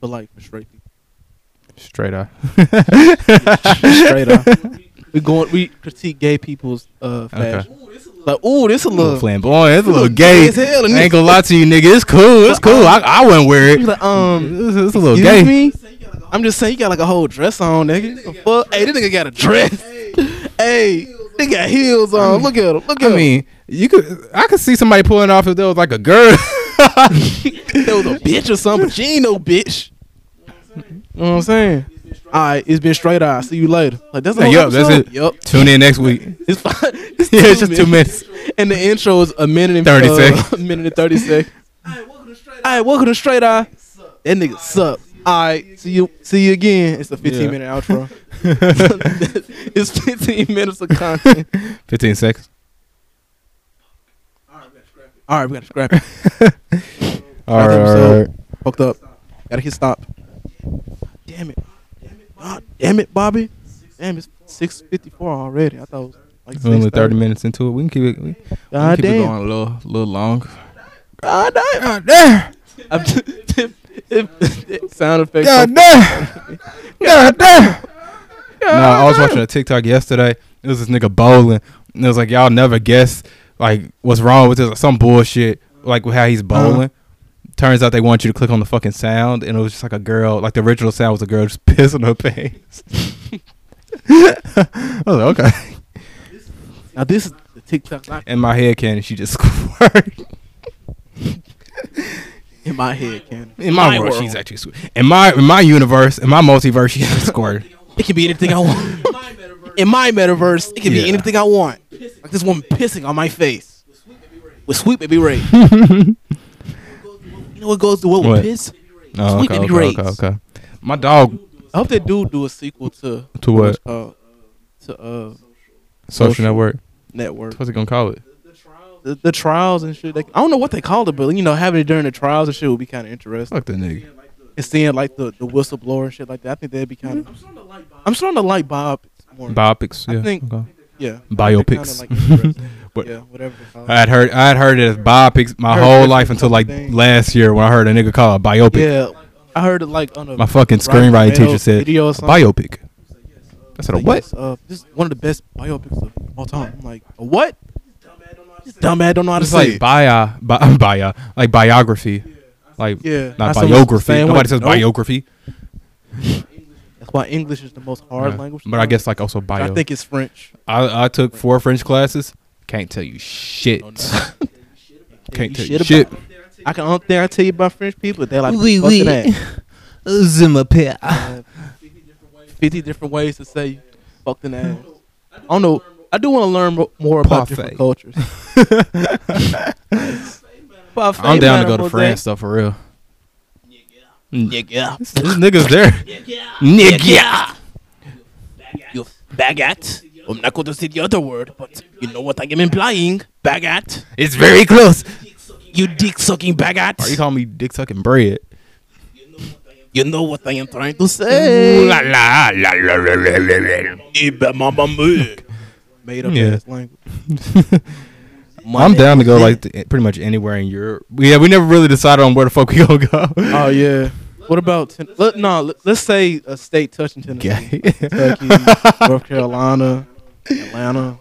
A: but like for straight people.
B: Straight eye.
A: straight up. We going, we critique gay people's uh fashion. Like, ooh, this a
B: Little
A: little.
B: flamboyant. It's a little
A: Look
B: gay.
A: as hell, and
B: I ain't gonna lie to you, nigga. It's cool. It's cool. I, I wouldn't wear
A: You
B: it.
A: like, um,
B: It's, it's a little
A: excuse
B: gay.
A: me? I'm just saying, you got like a whole dress on, nigga. The fuck? Hey, this nigga got a dress. Hey, they got heels on. Look at him. Look at
B: I mean, you could. I could see somebody pulling off if there was like a girl.
A: him. That was a bitch or something. But she ain't no bitch. You know what I'm saying? All right, it's been straight eye. See you later. Like that's the
B: Hey,
A: whole
B: yup, that's
A: episode.
B: it.
A: Yup.
B: Tune in next week.
A: It's fine.
B: Yeah, it's just two minutes.
A: And the intro is a minute and
B: 30
A: uh,
B: seconds.
A: A minute and 30 seconds. All right, welcome to Straight Eye. That nigga suck. All right, see you see you again. It's a 15
B: Yeah.
A: minute outro. it's 15 minutes of content.
B: Fifteen seconds.
A: All right, we gotta scrap it.
B: All
A: think
B: right.
A: so.
B: all right.
A: Fucked up. Gotta hit stop. Damn it. God damn it, Bobby. Damn, it's 6:54 already. I thought it was like
B: We're only
A: 6:30.
B: thirty minutes into it. We can keep it. We, we can
A: God
B: keep it
A: damn.
B: going a little, little long.
A: God damn.
B: God damn!
A: I'm- sound effects.
B: God damn! God damn! Nah, I was watching a TikTok yesterday. It was this nigga bowling. And it was like, y'all never guess like what's wrong with this or some bullshit like with how
A: Uh-huh.
B: he's bowling. Turns out they want you to click on the fucking sound, and it was just like a girl. Like the original sound was a girl just pissing her pants. I was like, okay.
A: Now this is the TikTok I-
B: In my head cannon, she just squirted.
A: in my head, Cannon.
B: In my,
C: My
B: world,
C: world.
B: she's actually squirting. In my in my universe, in my multiverse, she's squirting.
A: It can be anything I want. In my metaverse, it can
B: Yeah.
A: be anything I want. Like this woman pissing on my face. With sweet baby Ray.
B: Oh,
A: you know what goes to what with
B: What?
A: piss?
B: Oh,
A: Sweet
B: okay,
A: baby
B: okay, okay,
A: rays.
B: okay. My dog
A: I hope that dude do a sequel to
B: to what
A: uh to uh
B: social,
A: Social.
B: network?
A: network.
B: What's it gonna call it?
A: The, the trials and shit. Like, I don't know what they called it, but you know, having it during the trials and shit would be kind of interesting.
B: Fuck the nigga.
A: And seeing like the the whistleblower and shit like that, I think that'd be kind of. I'm starting to like Bob more.
B: Biopics.
A: I
B: Yeah.
A: think-
B: okay.
A: Yeah.
B: Biopics.
A: Kinda, like, interesting.
B: But-
A: yeah, whatever. they call it.
B: I had heard I had heard it as biopics my
A: Heard
B: whole
A: different
B: life until like
A: things.
B: last year when I heard a nigga call it a biopic.
A: Yeah, I heard it like on a
B: My fucking
A: Rotten
B: screenwriting
A: Tomatoes
B: teacher said
A: video or
B: a
A: something.
B: biopic. I said a
A: Like,
B: what?
A: it's, Uh, this is one of the best biopics of all time. I'm like, a what? This dumbass don't know how to
B: It's
A: say
B: like
A: it.
B: bio, bi- bio, like biography, like
A: yeah,
B: not
A: so much the
B: biography.
A: same way.
B: Nobody says
A: Nope.
B: biography,
A: That's why English is the most hard
B: Yeah.
A: language. to
B: but I
A: learn.
B: guess like also bio.
A: I think it's French.
B: I, I took four French classes. Can't tell you shit. Can't tell
A: Shit
B: you
A: about-
B: shit.
A: I can on there I tell you about French people. They're like,
C: Oui,
A: fuck
C: oui.
A: that.
C: Zuma pair.
A: Fifty different ways to say fuck the name. I don't know. I do want to learn mo- more about different
B: Parfait.
A: cultures.
B: I'm down to go to France though for real.
C: Nigga.
B: This niggas there.
C: Nigga. You baguette. I'm not going to say the other word, but you know what I am implying. Baguette.
B: It's very close.
C: You dick sucking
B: Are you
C: baguette.
B: calling me dick sucking bread?
C: You know what I am trying to say.
A: Hey,
B: La la la la la la la.
C: Ibe mama mu.
A: made up
B: Yeah.
A: ass language.
B: I'm down to go like to, pretty much anywhere in Europe. Yeah, we never really decided on where the fuck we gonna go.
A: Oh yeah. What about ten- let, no? Let, us say a state touching Tennessee,
B: Okay.
A: Kentucky, North Carolina, Atlanta,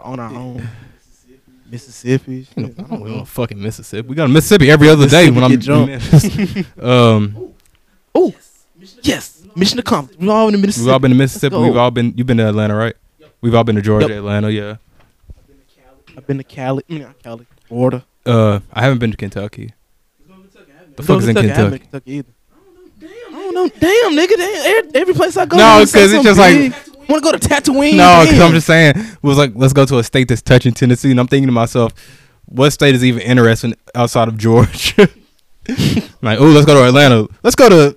A: on our own, Mississippi. shit, I don't
B: we
A: know.
B: going fucking Mississippi. We go to Mississippi every other day when I'm um,
A: Oh, yes, mission accomplished. We all in the Mississippi.
B: we've all been to Mississippi.
A: go.
B: We've all been. You've been to Atlanta, right? We've all been to Georgia,
A: Yep.
B: Atlanta. Yeah.
A: I've been to Cali, mm, not Cali, Florida.
B: Uh, I haven't been to Kentucky. The
A: No,
B: fuck is in
A: I haven't been to
B: Kentucky?
A: Kentucky either. I don't know. Damn, nigga. Damn, every, every place I go.
B: No,
A: they say
B: 'cause it's
A: something
B: just like-
A: big. wanna go to Tatooine.
B: No, because
A: damn.
B: I'm just saying, it was like, let's go to a state that's touching Tennessee. And I'm thinking to myself, what state is even interesting outside of Georgia? like, oh, let's go to Atlanta. Let's go to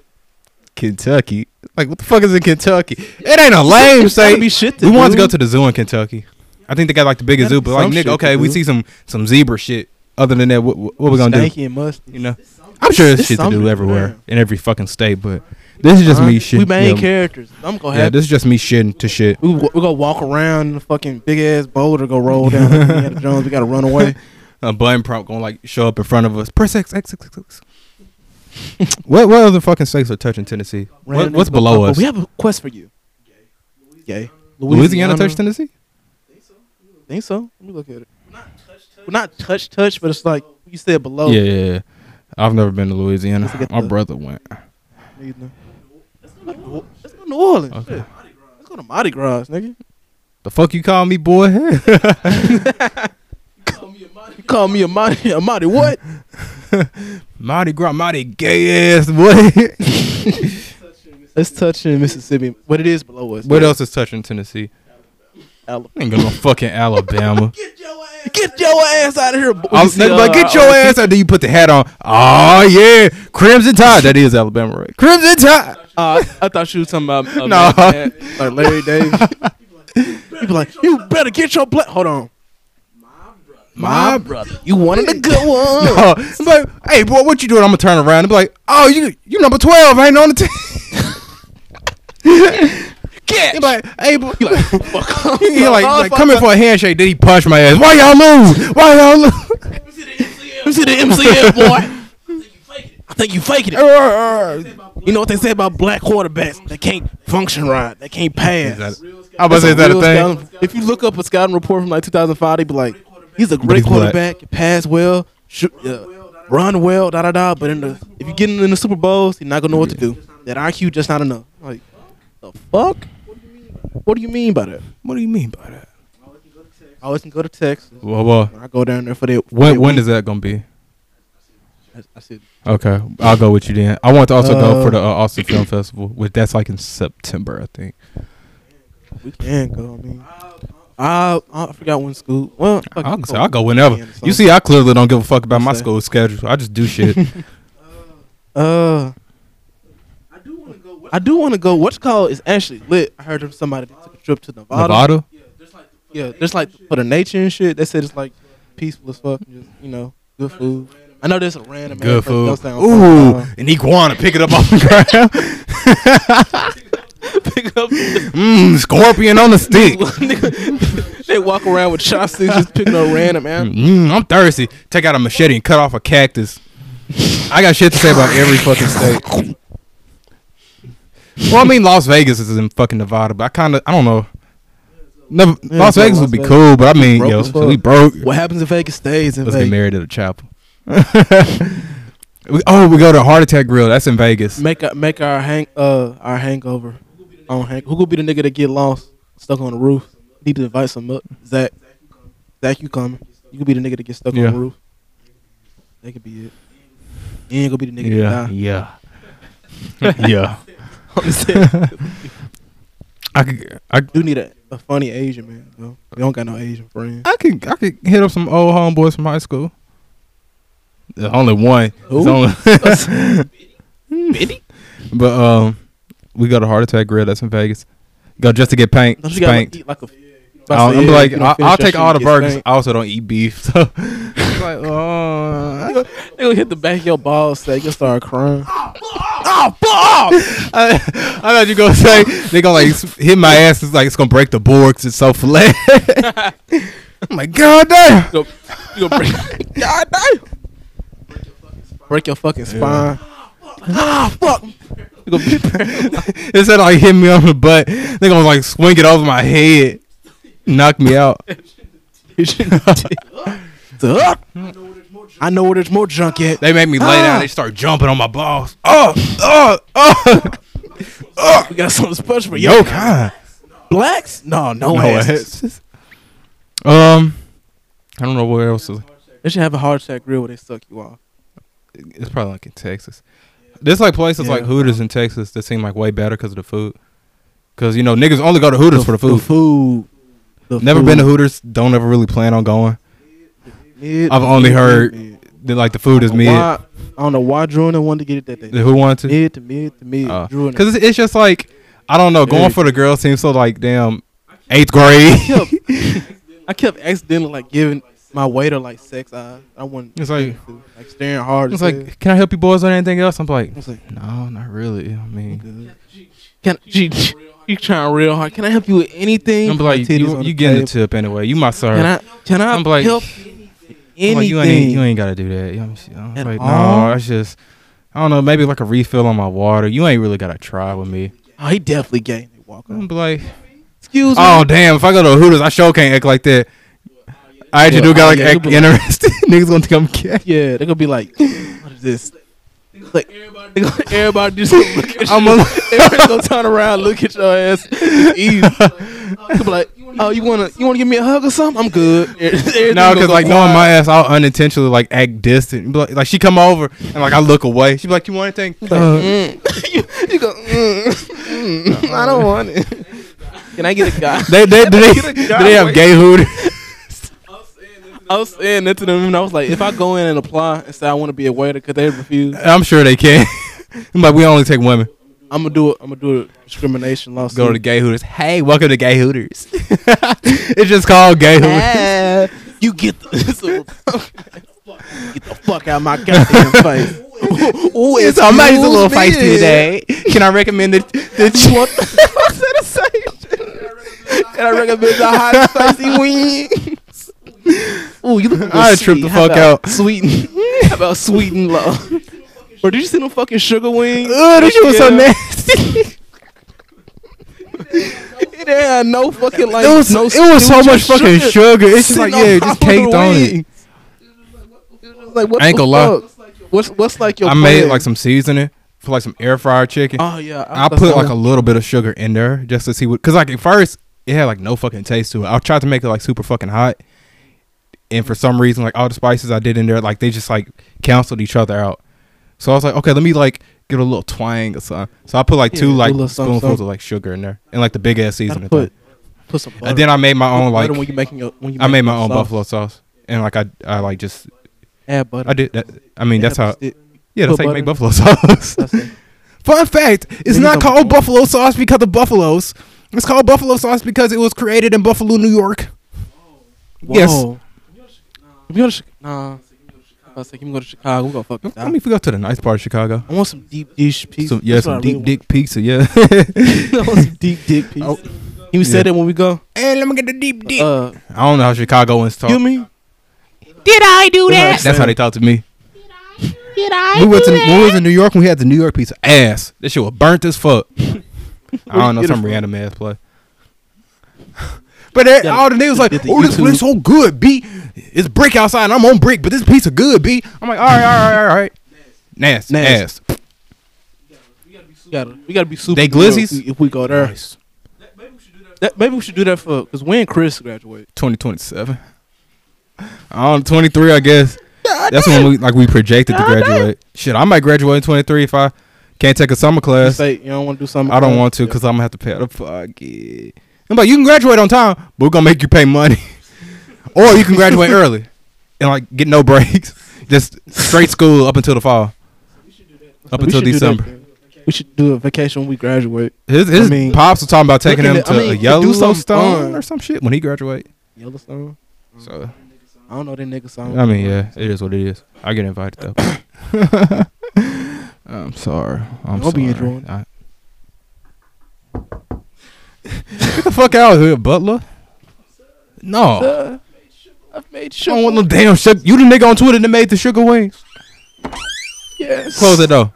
B: Kentucky. Like, what the fuck is in Kentucky? It ain't a lame
A: It's gotta
B: state.
A: be shit to
B: we wanted to
A: do.
B: go to the zoo in Kentucky. I think they got like the biggest
A: Gotta
B: zoo,
A: be
B: but like,
A: some shit
B: nigga,
A: to
B: okay, we
A: do.
B: see some some zebra shit. Other than that, what, what, what we gonna do?
A: Stanky and musty.
B: You know, I'm sure there's
A: It's
B: shit to
A: something,
B: do everywhere
A: man.
B: in every fucking state, but This is just
A: Huh?
B: me shit.
A: Uh-huh. We main
B: yeah,
A: characters. I'm gonna
B: yeah,
A: have
B: this is just me shitting to shit.
A: we we gonna walk around in a fucking big ass boulder, go roll down. like Indiana Jones, we gotta run away.
B: A button prompt gonna like show up in front of us. Press X X X X. X. what what other fucking states are touching Tennessee? What,
A: Ran
B: what's
A: into a
B: below
A: couple.
B: us?
A: We have a quest for you. Yay.
B: Louisiana touched Tennessee.
A: Think so? Let me look at it. Well, not touch touch, but it's like you said below.
B: Yeah, yeah, yeah. I've never been to
A: Oh. Let's
B: Louisiana.
A: get
B: My
A: the-
B: brother went.
A: Let's go to New- let's go to New Orleans.
B: Okay.
A: shit. Let's go to Mardi Gras, nigga.
B: The fuck you call me, boy?
A: You call me a Mardi, a Mardi what?
B: Mardi Gras, Mardi gay ass boy.
A: Let's touch in Mississippi. What it is below us.
B: what else is touching Tennessee?
A: Alabama.
B: Ain't going to fucking Alabama.
A: Get your ass out of here. boy.
B: I'm
A: You see,
B: nothing but
A: uh,
B: get your
A: uh,
B: ass out. Then you put the hat on. Oh yeah, Crimson Tide. That is Alabama, right? Crimson Tide.
A: Uh, I thought you was talking about uh,
B: No.
A: Matt- Matt, like Larry Davis. you be like, you better get your black. Hold on,
B: My
A: brother. You wanted a good one.
B: Oh, I'm like, hey boy, what you doing? I'm gonna turn around and be like, oh, you you number twelve ain't on the team.
A: Get.
B: He like, hey boy, you like,
A: Fuck off.
B: he like,
A: Oh,
B: like
A: fuck
B: come in
A: off.
B: for a handshake. Then he punched my ass. Why y'all lose? Why y'all lose?
A: Let me see the MCL, boy. I think you faking it. You know what they say about black quarterbacks? They can't function right. They can't pass.
B: I was about to say, is
A: That's
B: that
A: real
B: a thing?
A: scouting- If you look up a scouting report from like 2005, they be like, he's a
B: he's
A: great
B: black.
A: quarterback, pass well, shoot, uh, run well, da da da. But in the, if you get him in the Super Bowls, he's not gonna know what to do. That IQ just not enough. Like, the fuck? What do you mean by that?
B: What do you mean by that?
A: I always can go to Texas.
B: Well, well,
A: I go down there for that.
B: when when is that gonna be?
A: I, I said
B: Okay, I'll go with you then. I want to also go
A: Uh,
B: for the uh, Austin Film Festival, which that's like in September, I think.
A: we can go. I mean, I I forgot one school. Well, fuck,
B: I'll, say,
A: oh,
B: I'll go whenever.
A: Indiana, so-
B: You see, I clearly don't give a fuck about my
A: What's that?
B: school schedule. I just do shit.
A: Uh, I do want to go. What's it called is actually lit. I heard of somebody that took a trip to Nevada.
B: Nevada.
A: Yeah, just like for the nature and shit. They said it's like peaceful as fuck. Just you know, good food. I know there's a random
B: Good
A: ass place
B: food.
A: that don't sound
B: Ooh,
A: fun,
B: an iguana. Pick it up off the ground.
A: uh, pick up.
B: Mmm, scorpion on the stick.
A: nigga, they walk around with chopsticks, just picking up random animals.
B: Mmm, I'm thirsty. Take out a machete and cut off a cactus. I got shit to say about every fucking state. Well, I mean, Las Vegas is in fucking Nevada, but I kind of, I don't know. Never,
A: Yeah,
B: Las
A: yeah,
B: Vegas
A: Las
B: would be
A: Vegas.
B: cool, but I mean,
A: broke
B: yo,
A: as fuck.
B: we broke.
A: What happens in Vegas stays in
B: Let's get
A: Vegas.
B: married at a chapel. We- oh, we go to Heart Attack Grill. That's in Vegas.
A: Make our, make our hang uh our hangover on hang. Who gonna be the nigga that get lost stuck on the roof? Need to invite some up. Zach, Zach, you coming? You could be the nigga that get stuck
B: Yeah.
A: on the roof. That could be it. You ain't gonna be the nigga
B: Yeah,
A: that
B: yeah, yeah.
A: die. I'm saying,
B: I could, I,
A: do need a, a funny Asian man. Bro. We don't got no Asian friends.
B: I could, I could hit up some old homeboys from high school. There's only one. It's
A: Who?
B: only- but um, we go to Heart Attack Grill. That's in Vegas. Go just to get paint,
A: Don't you gotta
B: spanked.
A: eat like a?
B: I'll, I'm
A: Yeah,
B: like,
A: you don't
B: I'll,
A: finish
B: I'll
A: that
B: take
A: shit,
B: all
A: you
B: the
A: get
B: burgers.
A: spanked.
B: I also don't eat beef, so it's like, oh,
A: They gonna hit the back of your balls, say you start crying.
B: Oh, fuck off! I, I thought you gonna say they gonna like s- hit my ass. It's like it's gonna break the board 'cause it's so flat. I'm like, god damn!
A: You gonna break,
B: God damn!
A: break your fucking spine. Ah fuck! You gonna be
B: Instead of like hit me on the butt, they gonna like swing it over my head, knock me out.
A: I know where there's more junk at.
B: They make me lay
A: Ah.
B: down. They start jumping on my balls. Oh, oh, oh!
A: Uh, We got something special for you.
B: Yo, kind.
A: Blacks? No, no, asses.
B: Um, I don't know where else. Is.
A: They should have a hard attack grill where they suck you off.
B: It's probably like in Texas. There's like places like
A: Yeah.
B: Hooters in Texas that seem like way better because of the food. Because you know niggas only go to Hooters for the food.
A: The food. The
B: Never been to
A: food.
B: Hooters. Don't ever really plan on going.
A: Mid-
B: I've only
A: mid-
B: heard
A: mid.
B: That like the food is mid.
A: Why, I don't know why Drew and I wanted to get it that day.
B: That Who wanted to?
A: Mid to mid to mid. Drew and I.
B: Because Uh, it's, it's just like I don't know. Going
A: Dude.
B: for the girls seems so like damn eighth grade.
A: I kept, I kept accidentally like giving my waiter like sex eyes. I wouldn't.
B: It's like-
A: like staring hard.
B: It's
A: as hell.
B: like, can I help you boys on anything else? I'm like,
A: I was like,
B: no, not really. I mean,
A: good. Can she, she, you trying real hard? Can I help you with anything?
B: I'm like,
A: My titties
B: you,
A: on the
B: you getting the
A: table.
B: tip anyway. You my sir.
A: Can I? Can I
B: I'm like-
A: help?
B: I'm
A: Anything?
B: like, you ain't you ain't gotta do that. You know, shit. I'm
A: At
B: like,
A: all?
B: no, it's just I don't know, maybe like a refill on my water. You ain't really gotta try with me.
A: oh, he definitely gay. They walk
B: I'm
A: off.
B: like,
A: Excuse me.
B: Mm. oh damn, if I go to Hooters, I sure can't act like that. I actually
A: Yeah,
B: do got
A: oh,
B: like
A: yeah,
B: act
A: you be like-
B: interested. Niggas gonna think I'm gay.
A: Yeah, they're gonna be like, what is this? Like everybody, everybody just gonna look at you.
B: I'm a-
A: everybody gonna turn around, look at your ass. Eve. They'll be like, oh, you wanna you wanna give me a hug or something? I'm good. Everything
B: No,
A: gonna
B: because
A: go
B: like knowing my
A: quiet.
B: ass, I'll unintentionally like act distant. Be Like, like she come over and like I look away. She be like, "You want anything?" Uh,
A: Mm. you, you go. Mm, mm, I don't want it. Can I get a guy?
B: they they do they, do they have gay hooters?
A: I was saying that to them, and I was like, if I go in and apply and say I want to be a waiter, could they refuse?
B: I'm sure they can. I'm like, we only take women.
A: I'm gonna do it. I'm gonna do a discrimination lawsuit.
B: Go to the gay hooters. Hey, welcome to gay hooters. it's just called gay hooters.
A: Ah, you get the, it's a- get the fuck out of my goddamn face. Ooh,
B: It's somebody's a little
A: excuse
B: feisty
A: me.
B: today. Can I recommend that? that you want?
A: Can I recommend the hot spicy wings? Ooh, you look
B: I'd trip the fuck out.
A: Sweet. How about sweet and low? Or did you see them fucking sugar wings?
B: Ugh, this shit was so
A: Yeah.
B: nasty.
A: It had no fucking like.
B: it was
A: no,
B: it was so much
A: just
B: fucking sugar. It's just like
A: sitting
B: yeah,
A: on
B: just
A: top of the
B: caked on it.
A: wings. Like what?
B: I ain't
A: the
B: gonna lie.
A: fuck? What's what's like your?
B: I made
A: plan?
B: like some seasoning for like some air fried chicken.
A: Oh yeah.
B: I put like a little bit of sugar in there just to see what, cause like at first it had like no fucking taste to it. I tried to make it like super fucking hot, and for some reason, like all the spices I did in there, like they just like canceled each other out. So I was like, okay, let me like get a little twang or something. So I put like two
A: Yeah, a
B: like
A: little something,
B: spoonfuls
A: something.
B: of like sugar in there and like the big ass seasoning.
A: Gotta
B: thing.
A: put put some. Butter.
B: And then I made my own like
A: butter when you making your when you
B: I made
A: making
B: my
A: your
B: own
A: sauce.
B: buffalo sauce, and like I I like just
A: Add butter.
B: I did that. I mean
A: Yeah,
B: that's how
A: just it.
B: yeah that's
A: put
B: how you make
A: butter
B: buffalo sauce.
A: That's it.
B: Fun fact, it's
A: Niggas
B: not
A: don't
B: called
A: know.
B: buffalo sauce because of buffaloes. It's called buffalo sauce because it was created in Buffalo, New York. Yes.
A: Whoa. If you go to Chicago, nah. I was like, you can go to Chicago. We gonna fucking
B: I
A: die.
B: mean, if we go to the nice part of Chicago,
A: I want some deep dish pizza.
B: some, yeah,
A: Ah. That's
B: some
A: what I
B: deep
A: really
B: dick pizza, yeah.
A: want. I want some deep dick pizza. Can we say
B: Yeah. Oh.
A: that when we go?
B: and let me get the deep dick.
A: Uh,
B: I don't know how Chicagoans talk.
A: you mean?
D: Did I do that?
B: That's how they talk to me.
D: Did I
B: We
D: do
B: went to
D: that?
B: when we was in New York. We had the New York pizza ass. That shit was burnt as fuck. I don't know
A: Where'd you get it
B: some
A: from?
B: random ass play. but they-
A: Yeah,
B: all the niggas like,
A: did the
B: oh, this
A: YouTube-
B: place so good, b. It's brick outside, and I'm on brick, but this pizza good, b. I'm like, all right, all right, all right, all right. Nasty,
A: Nasty.
B: ass.
A: We gotta, we gotta be super.
B: They
A: real if
B: glizzies?
A: we- If we go there,
B: Nice.
A: that, maybe we should do that for because when Chris graduate,
B: 2027. I'm 23, I guess. That's when we like we projected to graduate. Shit, I might graduate in 23 if I can't take a summer
A: you
B: class.
A: say you don't want to do something.
B: I don't want to because I'm gonna have to pay the fuck it. I'm like, you can graduate on time, but we're gonna make you pay money, or you can graduate early and like get no breaks, just straight school up until the fall, up
A: We
B: until
A: should do that
B: December.
A: then. We should do a vacation when we graduate.
B: His, his
A: I mean,
B: pops was talking about taking
A: looking
B: him
A: at-
B: to
A: I mean,
B: a
A: you could do something
B: Yellowstone
A: fun.
B: or some shit when he graduate.
A: Yellowstone.
B: So
A: I don't know that nigga song.
B: I mean, yeah, it is what it is. I get invited though. I'm sorry. I'm
A: Don't
B: sorry.
A: be enjoying.
B: I- Get the fuck out of here, Butler. No,
A: Uh, I've made
B: I
A: sure.
B: don't want no damn shit. You the nigga on Twitter that made the sugar wings.
A: yes.
B: Close it though.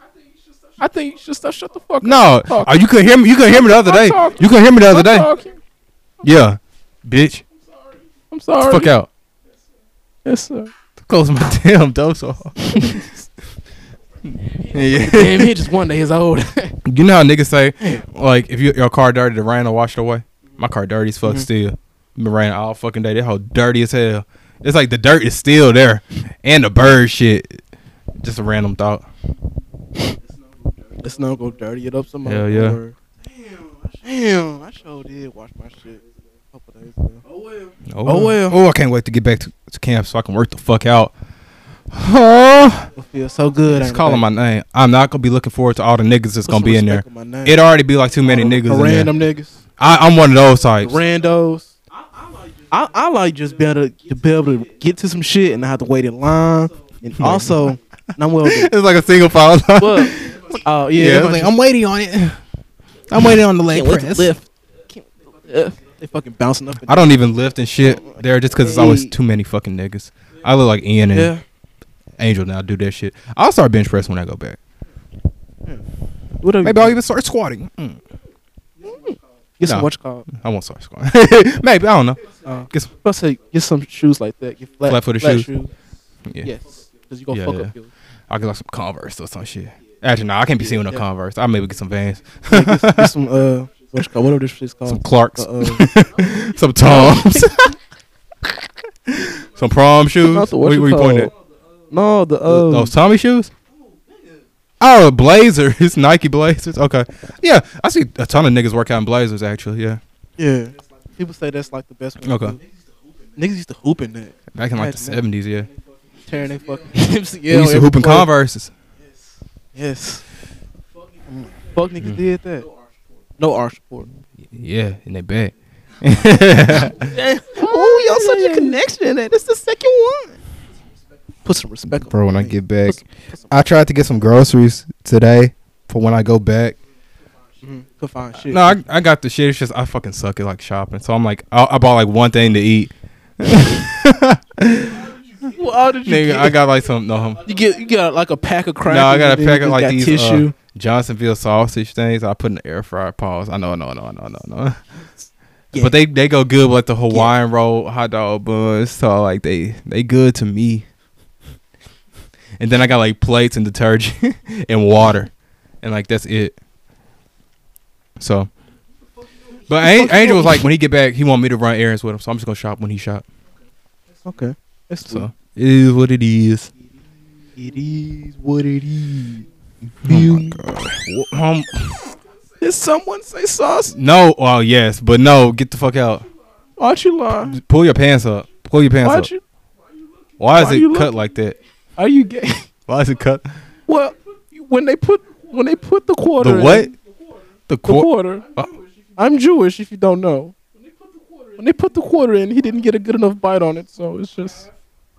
A: I think you should stop. Shut the fuck up.
B: No, oh, you couldn't hear me. You couldn't hear me the other day.
A: talking.
B: You couldn't hear me the other
A: I'm
B: day.
A: talking.
B: Yeah, bitch.
A: I'm
B: Get
A: sorry.
B: the fuck out.
A: Yes, sir.
B: Close my damn dose off. yeah.
A: Damn, he just one day is old.
B: You know how niggas say, like, if you, your car dirty, the rain will wash it away. My car dirty as fuck
A: Mhm.
B: still. Been raining all fucking day. That whole dirty as hell. It's like the dirt is still there, and the bird shit. Just a random thought.
A: Let's not go dirty it up some
B: Hell
A: other
B: yeah.
A: word. Damn, I sure did wash my shit a couple days ago.
B: Oh,
A: well.
B: Oh, I can't wait to get back to, to camp so I can work the fuck out. Oh,
A: It feels so good.
B: it's
A: ain't it,
B: calling
A: baby?
B: my name. I'm not gonna be looking forward to all the niggas that's
A: Put
B: gonna
A: some
B: be in there.
A: respect on my name.
B: It already be like too many niggas in there.
A: Random niggas.
B: I, I'm one of those types.
A: Randos. I, I like just better to be able to get to some shit and not have to wait in line. And also, and I'm well.
B: It's like a single file.
A: But, oh yeah,
B: Yeah,
A: everybody
B: like,
A: just-
B: I'm waiting on it. I'm waiting on the leg
A: can't wait to
B: press.
A: lift. Can't wait to lift. They fucking bouncing up. And
B: I don't even lift and shit
A: Oh,
B: there just because it's always too many fucking niggas. I look like Ian and
A: Yeah,
B: Angel now do that shit. I'll start bench press when I go back.
A: whatever.
B: Maybe I'll even start squatting. Mm,
A: get some
B: No.
A: what you call.
B: I won't start squatting. Maybe I don't know.
A: Uh,
B: Get some
A: I say get some shoes like that. Get flat,
B: Flat-footed
A: flat
B: shoes? yeah.
A: Yes, because you gonna
B: Yeah,
A: fuck
B: yeah.
A: up. Your,
B: I'll get like some Converse or some shit. Actually, no, I can't be seen with no
A: Yeah.
B: Converse. I'll maybe get some Vans,
A: Yeah, get, some- get some uh, what you call whatever this shit's called.
B: some Clarks,
A: Uh, uh,
B: some Toms, some prom shoes.
A: not the
B: What,
A: what
B: what
A: you
B: you pointing at?
A: call- no, the uh,
B: Those Tommy shoes? Oh, Blazers, Nike Blazers. Okay, yeah, I see a ton of niggas work out in Blazers. Actually, yeah,
A: yeah. People say that's like the best one.
B: Okay.
A: Niggas used to hoop in that,
B: back in like the
A: Imagine that.
B: seventies. Yeah,
A: tearing their fucking MCL.
B: we used to
A: every
B: hoop in
A: play.
B: Converses.
A: Yes. Fuck niggas
B: Mm.
A: did that. No arch support.
B: Yeah, in they bed.
A: Oh, y'all such a connection in that. It's the second one. Put some respect on
B: Bro, when I
A: it.
B: get back, I tried to get some groceries today for when I go back.
A: Mhm. Could find shit.
B: No, I, I got the shit. It's just I fucking suck at like shopping. So I'm like, I, I bought like one thing to eat.
A: Well, how did you
B: Nigga,
A: get?
B: I got like some no.
A: you get you got like a pack of crackers.
B: No, I got a
A: and then
B: pack
A: you just
B: of like
A: got
B: these
A: tissue.
B: Uh, Johnsonville sausage things. I put in the air fryer. Pause. I know, no, no, no, no, no.
A: Yeah.
B: But they they go good with like the Hawaiian roll, hot dog buns. So like they they good to me. And then I got like plates and detergent and water, and like that's it. So, but An- Angel was like, when he get back, he want me to run errands with him. So I'm just gonna shop when he shop.
A: okay. That's
B: So it is what it is.
A: It is what it is. Oh
B: Um,
A: Did someone say sauce?
B: no, oh yes, but no, get the fuck out.
A: Why'd you lie?
B: Pull your pants up. Pull your pants
A: Why'd
B: up.
A: you?
B: Why is
A: why
B: it
A: you
B: cut
A: looking?
B: like that?
A: Are you gay?
B: Why is it cut?
A: well, when they put when they put the quarter.
B: The
A: in,
B: what? The
A: The
B: quarter.
A: quarter.
B: Oh.
A: I'm Jewish, if you don't know. When they put the quarter in, he didn't get a good enough bite on it, so it's just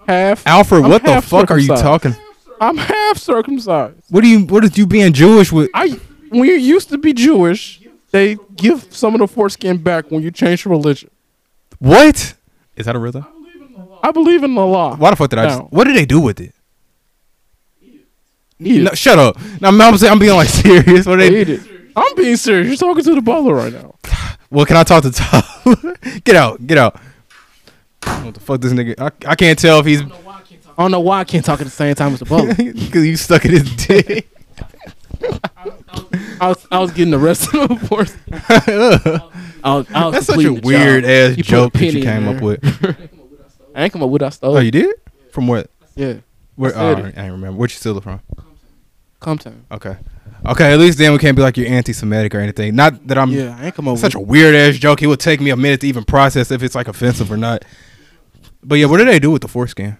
A: half.
B: Alfred,
A: I'm
B: what the
A: half
B: fuck are you
A: circumcised.
B: talking?
A: I'm half circumcised.
B: What do you? What is you being Jewish with?
A: I when you used to be Jewish, they give some of the foreskin back when you change your religion.
B: What? Is that a rhythm?
A: I believe in the law.
B: Why the fuck did I just?
A: No.
B: What did they do with it?
A: Eat it.
B: No, shut up. No, I'm, I'm saying I'm being like serious. What they?
A: Eat it. I'm being serious. You're talking to the butler right now.
B: Well, can I talk to Tyler? get out. Get out. What the fuck, this nigga? I, I can't tell if he's
A: I don't know why I can't talk at the same time as the butler.
B: because you stuck in his dick.
A: I was, I was getting arrested before. I was, I was
B: That's such a
A: completing the
B: weird
A: job.
B: ass
A: You put a
B: joke that
A: penny
B: you
A: in
B: came
A: there.
B: up with.
A: I ain't come up with what I stole.
B: Oh, you did? From what?
A: Yeah,
B: Where?
A: I
B: Oh,
A: said
B: I ain't remember. Where'd you steal it from?
A: come time.
B: Okay. Okay. At least then we can't be like you're anti-Semitic or anything. Not that I'm.
A: Yeah, I ain't come up
B: Such a
A: with.
B: weird ass joke. It would take me a minute to even process if it's like offensive or not. But yeah, what do they do with the foreskin?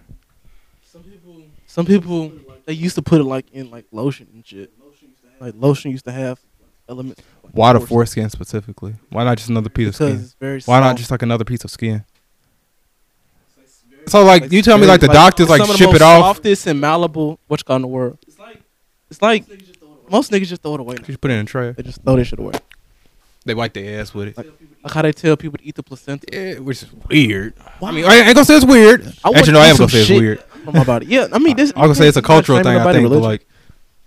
A: Some people they used to put it like in like lotion and shit. Like lotion used to have elements.
B: Why the foreskin specifically? Why not just another piece of
A: Because
B: skin?
A: it's very.
B: Why not
A: soft.
B: just like another piece of skin? So like you tell me
A: Very-
B: like the doctors like
A: some of the
B: ship
A: most
B: it off.
A: Softest and malleable. What you call in the world? It's like most niggas just throw it away. now.
B: Could you put it in a tray?
A: They just throw this shit away.
B: They wipe their ass with it.
A: Like how they tell people to eat the placenta.
B: Yeah, which is weird. I mean, I ain't gonna say it's weird.
A: I
B: Actually, no, I am gonna say it's
A: shit
B: weird.
A: on my body. Yeah, I mean, this.
B: I was gonna say it's a
A: not
B: cultural
A: shaming
B: thing. I
A: nobody's
B: think, but
A: religion,
B: like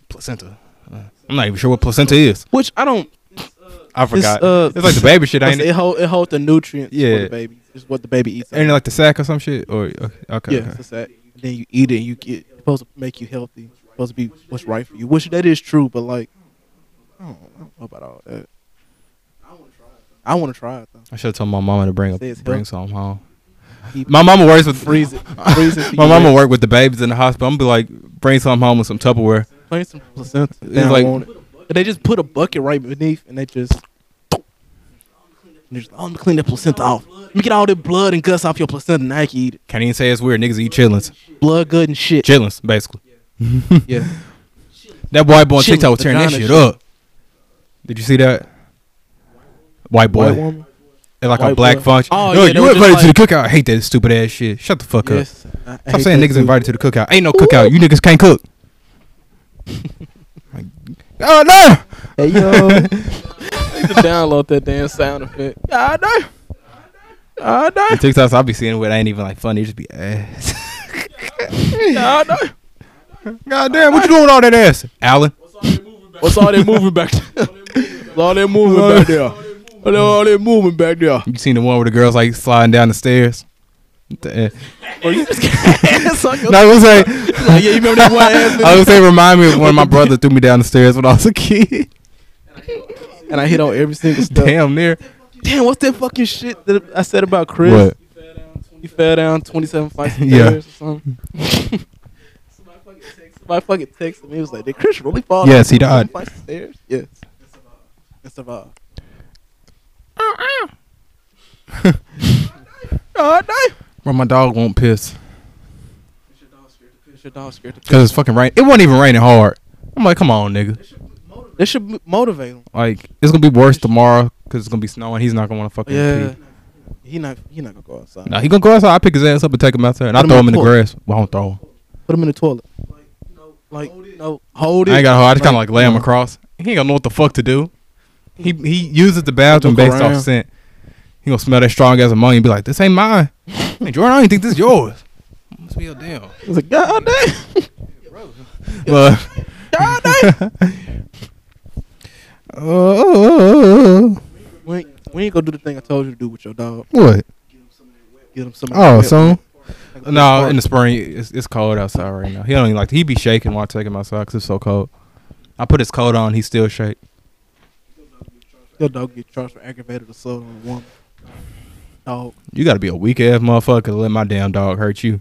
B: placenta. Uh, I'm not even sure what placenta is.
A: which I don't.
B: I forgot.
A: uh,
B: it's like the baby shit, ain't
A: It
B: it?
A: hold it hold the nutrients yeah.
B: Yeah.
A: for the baby. It's what the baby eats.
B: Ain't it like the sack or some shit? Or okay, okay.
A: yeah, it's a sack. And then you eat it. and You get it's supposed to make you healthy. It's supposed to be what's right for you. Which that is true, but like, I don't, I don't know about all that. I want to try it though.
B: I should have told my mama to bring
A: Say it's
B: a, bring
A: health.
B: some home.
A: Keep-
B: My mama works with
A: Freeze it. Freeze it. till
B: My
A: you
B: mama
A: ready.
B: work with the babies in the hospital. I'm be like, bring some home with some Tupperware.
A: Playing some placenta.
B: It's
A: They
B: like-
A: like, want it. And they just put a bucket right beneath, and they just. And they're just, oh, let me clean that placenta off. Let me get all the blood and guts off your placenta, and I can eat it.
B: Can't even say it's weird. Niggas eat chitlins,
A: Blood, good, and shit.
B: chitlins basically.
A: Yeah.
B: That white boy on
A: Chitlins,
B: TikTok was tearing that
A: vagina shit.
B: shit up. Did you see that? White boy.
A: White woman.
B: at like a
A: White
B: black
A: boy.
B: function.
A: Oh,
B: no,
A: yeah, they
B: you
A: was
B: invited
A: just
B: to the cookout. I hate that stupid ass shit. Shut the fuck up.
A: Yes, I- I
B: Stop
A: hate
B: saying
A: that
B: niggas
A: too.
B: invited to the cookout. Ain't no cookout. You niggas can't cook. Like, oh no!
A: Hey yo, need to download that damn sound effect. I know. I know.
B: The TikToks I be seeing with ain't even like funny. It just be ass.
A: I know.
B: God damn, what you doing with all that ass, Alan?
A: What's all that moving back there? What's all that moving back there? What's all that moving back there?
B: You seen the one where the girls like sliding down the stairs? The-
A: Oh, you just ass sucker.
B: No, I was like,
A: Like, yeah, you remember that one ass
B: I
A: nigga?
B: was saying, remind me of when my brother threw me down the stairs when I was a kid.
A: And I hit on every single stuff. Damn,
B: Damn near.
A: what's that fucking shit that I said about Chris?
B: What?
A: He fell down 27 flights of
B: Yeah.
A: stairs or something. Somebody fucking text- Somebody fucking texted me. It was like, did Chris really fall
B: Yes, he
A: down 27
B: died.
A: flights of stairs? Yes. That's about. Oh, no.
B: Bro, my dog won't piss
A: It's your dog scared to piss.
B: because it's fucking rain. It wasn't even raining hard. I'm like, come on, nigga.
A: That should m- motivate him.
B: Like it's gonna be worse tomorrow because it's gonna be snowing. He's not gonna want to fucking
A: Yeah.
B: pee.
A: He not he not gonna go outside.
B: Nah, he gonna go outside. I pick his ass up and take him outside, and I
A: Put him
B: throw
A: in
B: him in the
A: the
B: grass. Well, I don't throw him.
A: Put him in the toilet. Like no, hold it.
B: I ain't got a hole. I just kind of like lay him across. He ain't gonna know what the fuck to do. He he uses the bathroom
A: Look
B: based off
A: around.
B: scent. He gonna smell that strong as ammonia and be like, "This ain't mine." Man, Jordan, I ain't think this is yours. Must be a damn.
A: It's like God damn.
B: But
A: God damn.
B: Uh, oh,
A: we, ain't, we ain't gonna do the thing I told you to do with your dog.
B: what?
A: Get him some.
B: Oh, so no. In the spring, it's, it's cold outside right now. He don't even like. He be shaking while I take him outside because it's so cold. I put his coat on. He still shake.
A: your dog get charged for aggravated assault on a woman. Dog.
B: You gotta be a weak ass motherfucker to let my damn dog hurt you.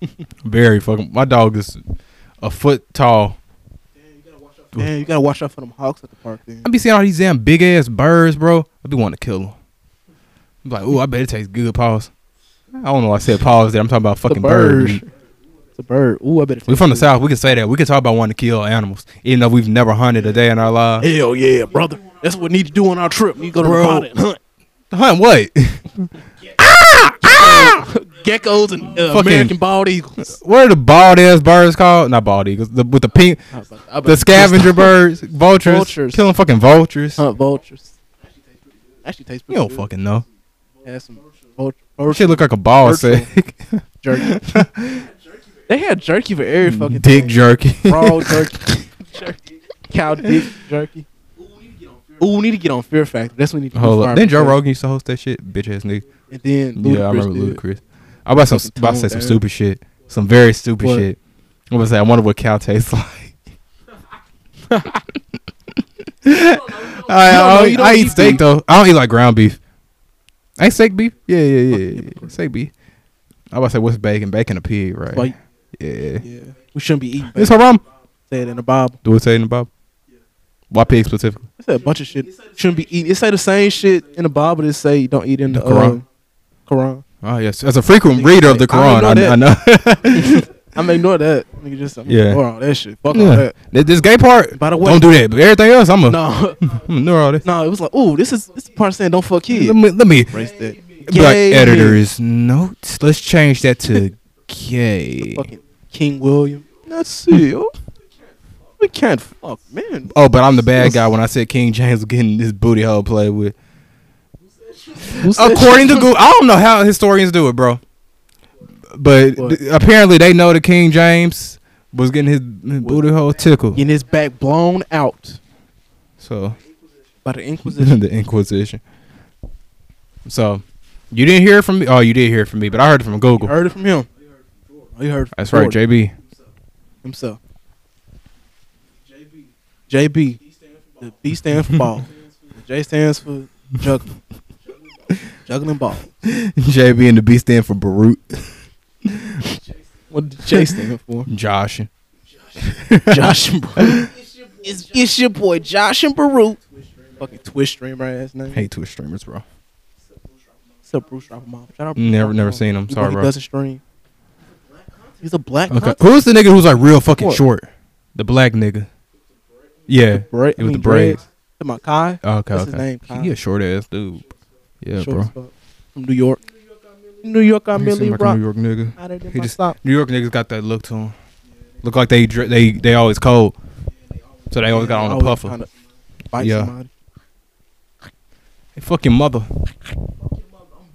B: Very fucking. My dog is a foot tall.
A: Damn, you gotta watch out for them hawks at the park. Then.
B: I be seeing all these damn big ass birds, bro. I be wanting to kill them. I'm like, ooh, I bet it tastes good. Pause. I don't know. Why I said pause. There, I'm talking about fucking birds.
A: bird. It's a bird. Ooh, I better.
B: We
A: take
B: from the
A: this.
B: south. We can say that. We can talk about wanting to kill animals, even though we've never hunted a day in our lives.
C: Hell yeah, brother. That's what we need to do on our trip. We go to
B: Bro.
C: the pot and hunt
B: Hunt what?
C: geckos and uh,
B: Fucking-
C: American bald eagles.
B: what are the bald ass birds called? Not bald eagles. The, with the pink,
A: I was about- I was about
B: the
A: to
B: scavenger birds, vultures,
A: Vultures.
B: killing fucking vultures.
A: Hunt vultures. Actually tastes pretty
B: You don't
A: good.
B: fucking know.
A: Had some vulture, vulture
B: Shit look like a eh? ball
A: Virtual.
B: sack.
A: jerky. they had jerky for every fucking
B: Mm, Dick
A: thing.
B: jerky.
A: Raw jerky. jerky. Cow dick jerky. Ooh, we need to get on Fear Factor. That's what we need to
B: Hold
A: do.
B: up. Then Joe Rogan used to host that shit. Bitch ass nigga.
A: And then Ludacris
B: Yeah, I remember
A: did.
B: Ludacris. I was about, some,
A: Fucking
B: about to say
A: tone
B: some
A: down.
B: stupid shit. Some very stupid
A: What?
B: shit. I was say, I wonder what cow tastes like. I, I,
A: know,
B: I,
A: you don't
B: I eat
A: eat
B: steak
A: beef.
B: though. I don't eat like ground beef. Ain't steak beef? Yeah, yeah, yeah. yeah, yeah. Steak beef. I was about to say, what's bacon? Bacon a pig, right?
A: Like,
B: yeah.
A: yeah, we shouldn't be eating.
B: It's
A: bacon.
B: haram.
A: said in the Bible.
B: Do it say in the Bible? Why pig specifically?
A: It said a bunch of shit. Shouldn't be eating. It say the same shit in the Bible. That say you don't eat in the,
B: The Quran.
A: Uh, Quran.
B: Oh yes, as a frequent reader of the
A: I
B: Quran, I, I
A: didn't
B: know.
A: I'm ignore that. Nigga, just I'm
B: Yeah.
A: yeah. ignore all that shit. Fuck all
B: Yeah. Oh.
A: that.
B: Th- This gay part,
A: By the way-
B: don't do that. But everything else, I'm a,
A: No,
B: I'm a ignore all this.
A: no. It was like, ooh, this is this is part saying don't fuck kids.
B: Let me, let me
A: Race that.
B: be like
A: Gay
B: editors notes. Let's change that to gay.
A: Fucking King William. Let's see. oh. We can't fuck, man.
B: Oh, but I'm the bad guy when I said King James was getting this booty hole played with.
A: Who said
B: According to
A: shit?
B: Google, I don't know how historians do it, bro. But
A: What?
B: th- apparently, they know that King James was getting his, his booty hole tickled.
A: getting his back blown out
B: So
A: by the Inquisition.
B: the Inquisition. So you didn't hear it from me. Oh, you did hear it from me, but I heard it from
A: you
B: Google.
A: heard it from him. Oh, you heard. it from
B: That's right,
A: Jordan
B: JB.
A: himself. JB. JB. The B stands for ball. the J stands for juggling. juggling ball.
B: JB and the B stand for Baruch.
A: What did the J stand for?
B: Josh.
A: Josh and Baruch. It's, it's your boy Josh and Baruch. Fucking Twitch streamer ass name.
B: Hate Twitch streamers, bro.
A: What's up, Bruce Rappamoff? Shout out Bruce
B: Never, never
A: Rappamoff.
B: seen him.
A: You know
B: Sorry,
A: he
B: bro.
A: doesn't stream. He's a black
B: Okay.
A: content
B: Who's the nigga who's like real fucking
A: What?
B: short? The black nigga. Yeah.
A: bra- I
B: He with
A: mean,
B: the braids.
A: Come on, Kai.
B: Okay,
A: That's his
B: okay.
A: name, Kyle.
B: He a short ass dude. Yeah,
A: Short
B: bro.
A: as fuck. From New York. New York, I'm
B: He seem
A: Millie
B: like a
A: Rock.
B: New York nigga.
A: Out of
B: He
A: my
B: just-
A: stop.
B: New York niggas got that look to them. Look like they dre- they they always cold, so they always got on a
A: Always
B: puffer.
A: kinda Bite
B: Yeah.
A: somebody.
B: Hey, fucking mother.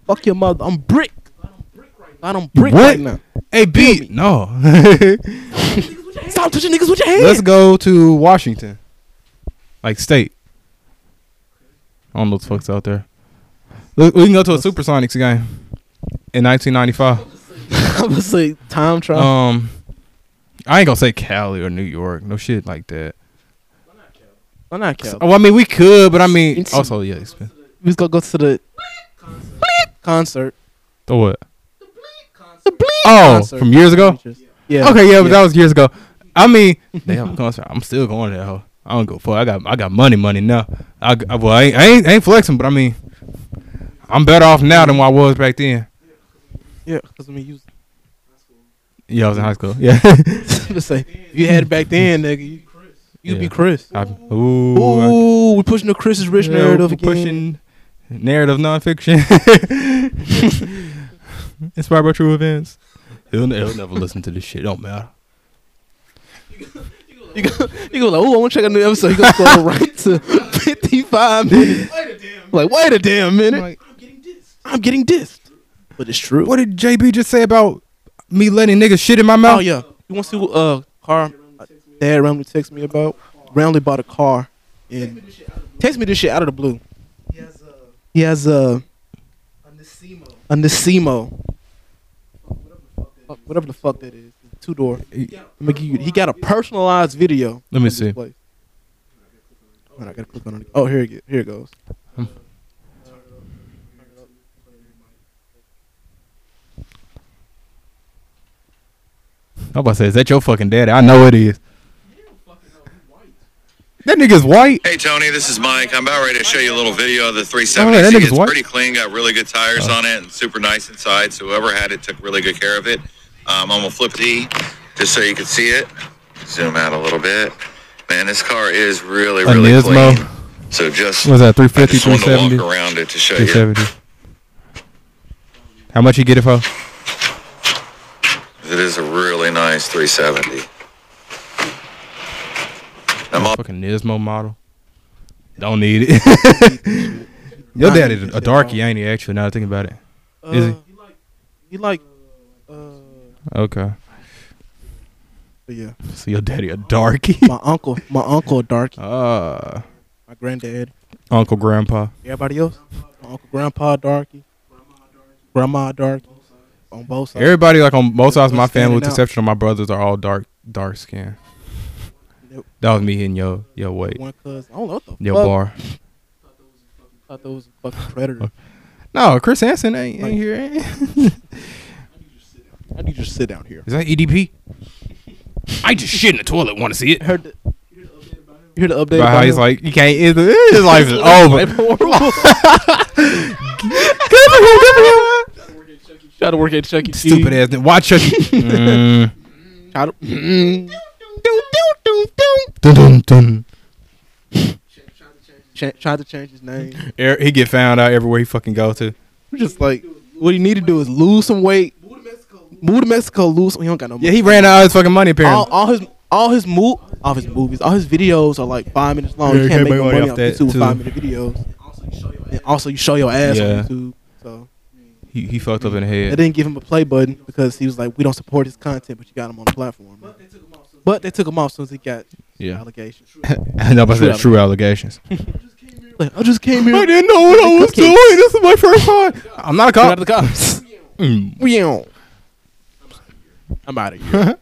A: Fuck your mother. I'm brick. I don't brick
B: What?
A: right now.
B: Hey, beat. No.
A: Stop touching niggas with your hands.
B: Let's go to Washington, like state. I don't know what the fuck's out there. Look, we can go to a Supersonics game in 1995.
A: I'm gonna say time travel.
B: Um, I ain't gonna say Cali or New York, no shit like that.
A: Why not, Cal?
B: Oh, I mean we could, but I mean
A: It's-
B: also yeah, expensive.
A: We just gonna go to the concert.
B: The what?
A: The bleep
B: Oh,
A: concert.
B: from years ago.
A: Yeah.
B: Okay, yeah, but that was years ago. I mean, they have a concert. I'm still going to that hoe. I don't go for. I got I got money, money now. I, g- I- well, I ain't, I ain't I ain't flexing, but I mean, I'm better off now than what I was back then.
A: Yeah, because I mean, you
B: Yeah, I was in high school. Yeah.
A: just say you had it back then, nigga. You, you
B: Yeah.
A: be Chris.
B: I, ooh, I-
A: Ooh, we're pushing the Chris is rich
B: yeah,
A: narrative
B: we're
A: again.
B: Pushing narrative nonfiction. Inspired by true events. He'll, ne- he'll never listen to this shit. Don't matter.
A: You go, you go like, oh, I want to check out a new episode. You go scroll right to 55 minutes. Like, wait a damn minute. I'm getting dissed. But it's true.
B: What did JB just say about me letting niggas shit in my mouth?
A: Oh yeah. You want to see what uh car uh, dad randomly texted me about? Randomly bought a car and text me this shit out of the blue. He has a a Nisimo. Fuck, Whatever the fuck that is. Two door. He got a personalized video.
B: Let me
A: of this
B: see.
A: place. Hold on, I gotta click on it. Oh, here it ge- here it goes.
B: Hmm. I'm about to say, is that your fucking daddy? I know it is. That nigga's white.
E: Hey Tony, this is Mike. I'm about ready to show you a little video of the
B: Oh, that
E: 370.
B: nigga's
E: it's
B: white. Oh.
E: pretty clean, got really good tires on it, and super nice inside. So whoever had it took really good care of it. Um, I'm gonna flip D just so you can see it. Zoom out a little bit. Man, this car is really,
B: A
E: really
B: Nismo.
E: clean. So just,
B: What's that?
E: I
B: 350,
E: just wanted to
B: 370,
E: walk around it to show you.
B: 370. How much you get it for?
E: It is a really nice 370. I'm all
B: Fucking Nismo model. Don't need it. your
A: Nah,
B: daddy
A: he
B: a
A: said
B: darky,
A: no.
B: ain't he? Actually, now that I think about it.
A: Uh,
B: Is he?
A: He like uh
B: Okay,
A: but yeah.
B: so your daddy a darky.
A: My uncle my uncle a darky.
B: Uh,
A: My granddad.
B: Uncle Grandpa.
A: Everybody else? My uncle grandpa darky. Grandma darky. On both sides.
B: Everybody like on both sides of my
A: What's
B: family, with the
A: standing out?
B: exception of my brothers, are all dark, dark skin.
A: Nope.
B: That was me hitting yo, yo wait,
A: One cuz I don't know what the
B: yo
A: fuck.
B: bar.
A: thought that was a fucking predator.
B: No, Chris Hansen ain't, ain't
A: Like-
B: here. ain't he?
A: I need you to sit down here.
B: Is that E EDP?
C: I just shit in the toilet. Want to see it?
A: Heard the, you hear the update?
B: About how
A: about
B: he's
A: him?
B: like, you can't. His, his life is over.
A: Life horrible. Try to work at Chuck E. Cheese.
B: Stupid ass. nigga. Why Chucky? Mm.
A: Try to- Mm.
B: Dun, dun, dun.
A: Ch- tried to change his name.
B: Er- He get found out everywhere he fucking go to.
A: We're just like, what he need to do is lose some weight. Move to Mexico, lose. He don't got no money.
B: Yeah, he ran out of his fucking money
A: all,
B: apparently.
A: all his all his mo- all his movies, all his videos are like five minutes long.
B: Yeah,
A: you can't make no money off
B: that,
A: YouTube with
B: too.
A: five minute videos. And also, you show your ass
B: Yeah.
A: on YouTube. So
B: He, he fucked up in the
A: they
B: head.
A: didn't give him a play button because he was like, "We don't support his content," but you got him on the platform. But they took him off as soon as he got
B: Yeah,
A: allegations.
B: I know about
A: True
B: that. True allegations.
A: Like, I just came here.
B: I didn't know what I was doing. This is my first time. I'm not a
A: Get out of
B: cop.
A: the cops.
B: Mm.
A: We on. I'm out of here.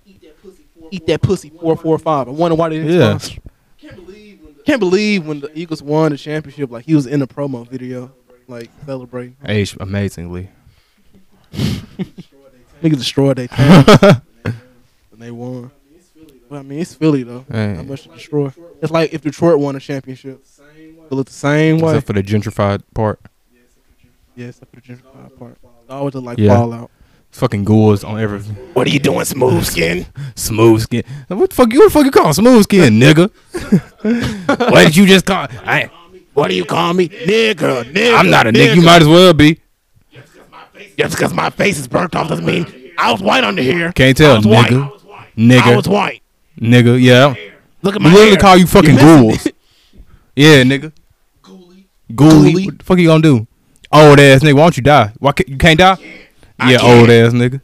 A: Eat that pussy four four five. I wonder why they didn't
B: Yeah.
A: sponsor. Can't believe when the Eagles won the championship. Like he was in the promo video, like celebrating.
B: Aged amazingly.
A: Niggas destroyed their town and they won. Well, I mean, it's Philly though.
B: Hey.
A: How much to destroy? It's like if Detroit won a championship. It looked the same way.
B: Except for the gentrified part.
A: Yes, up to the part. Always look like
B: Yeah.
A: Fallout.
B: Fucking ghouls on everything.
C: What are you doing, smooth skin?
B: Smooth skin. What the fuck you? What the fuck you call smooth skin, nigga? what did you just call? I,
C: What do you call me? Nigga, nigga.
B: I'm not a nigga. You might as well be.
C: Just because my face is burnt off doesn't mean I was white under here.
B: Can't tell,
C: I was white.
B: nigga.
C: I was
B: Nigga,
C: white.
B: nigga. Yeah.
C: Look at
B: We
C: my
B: literally
C: hair.
B: call you fucking
C: missing
B: ghouls. yeah, nigga. Ghoulie.
C: Ghoulie.
B: What the fuck you gonna do? Old ass nigga, why don't you die? Why can't, you can't die? yeah,
C: can't.
B: old ass nigga.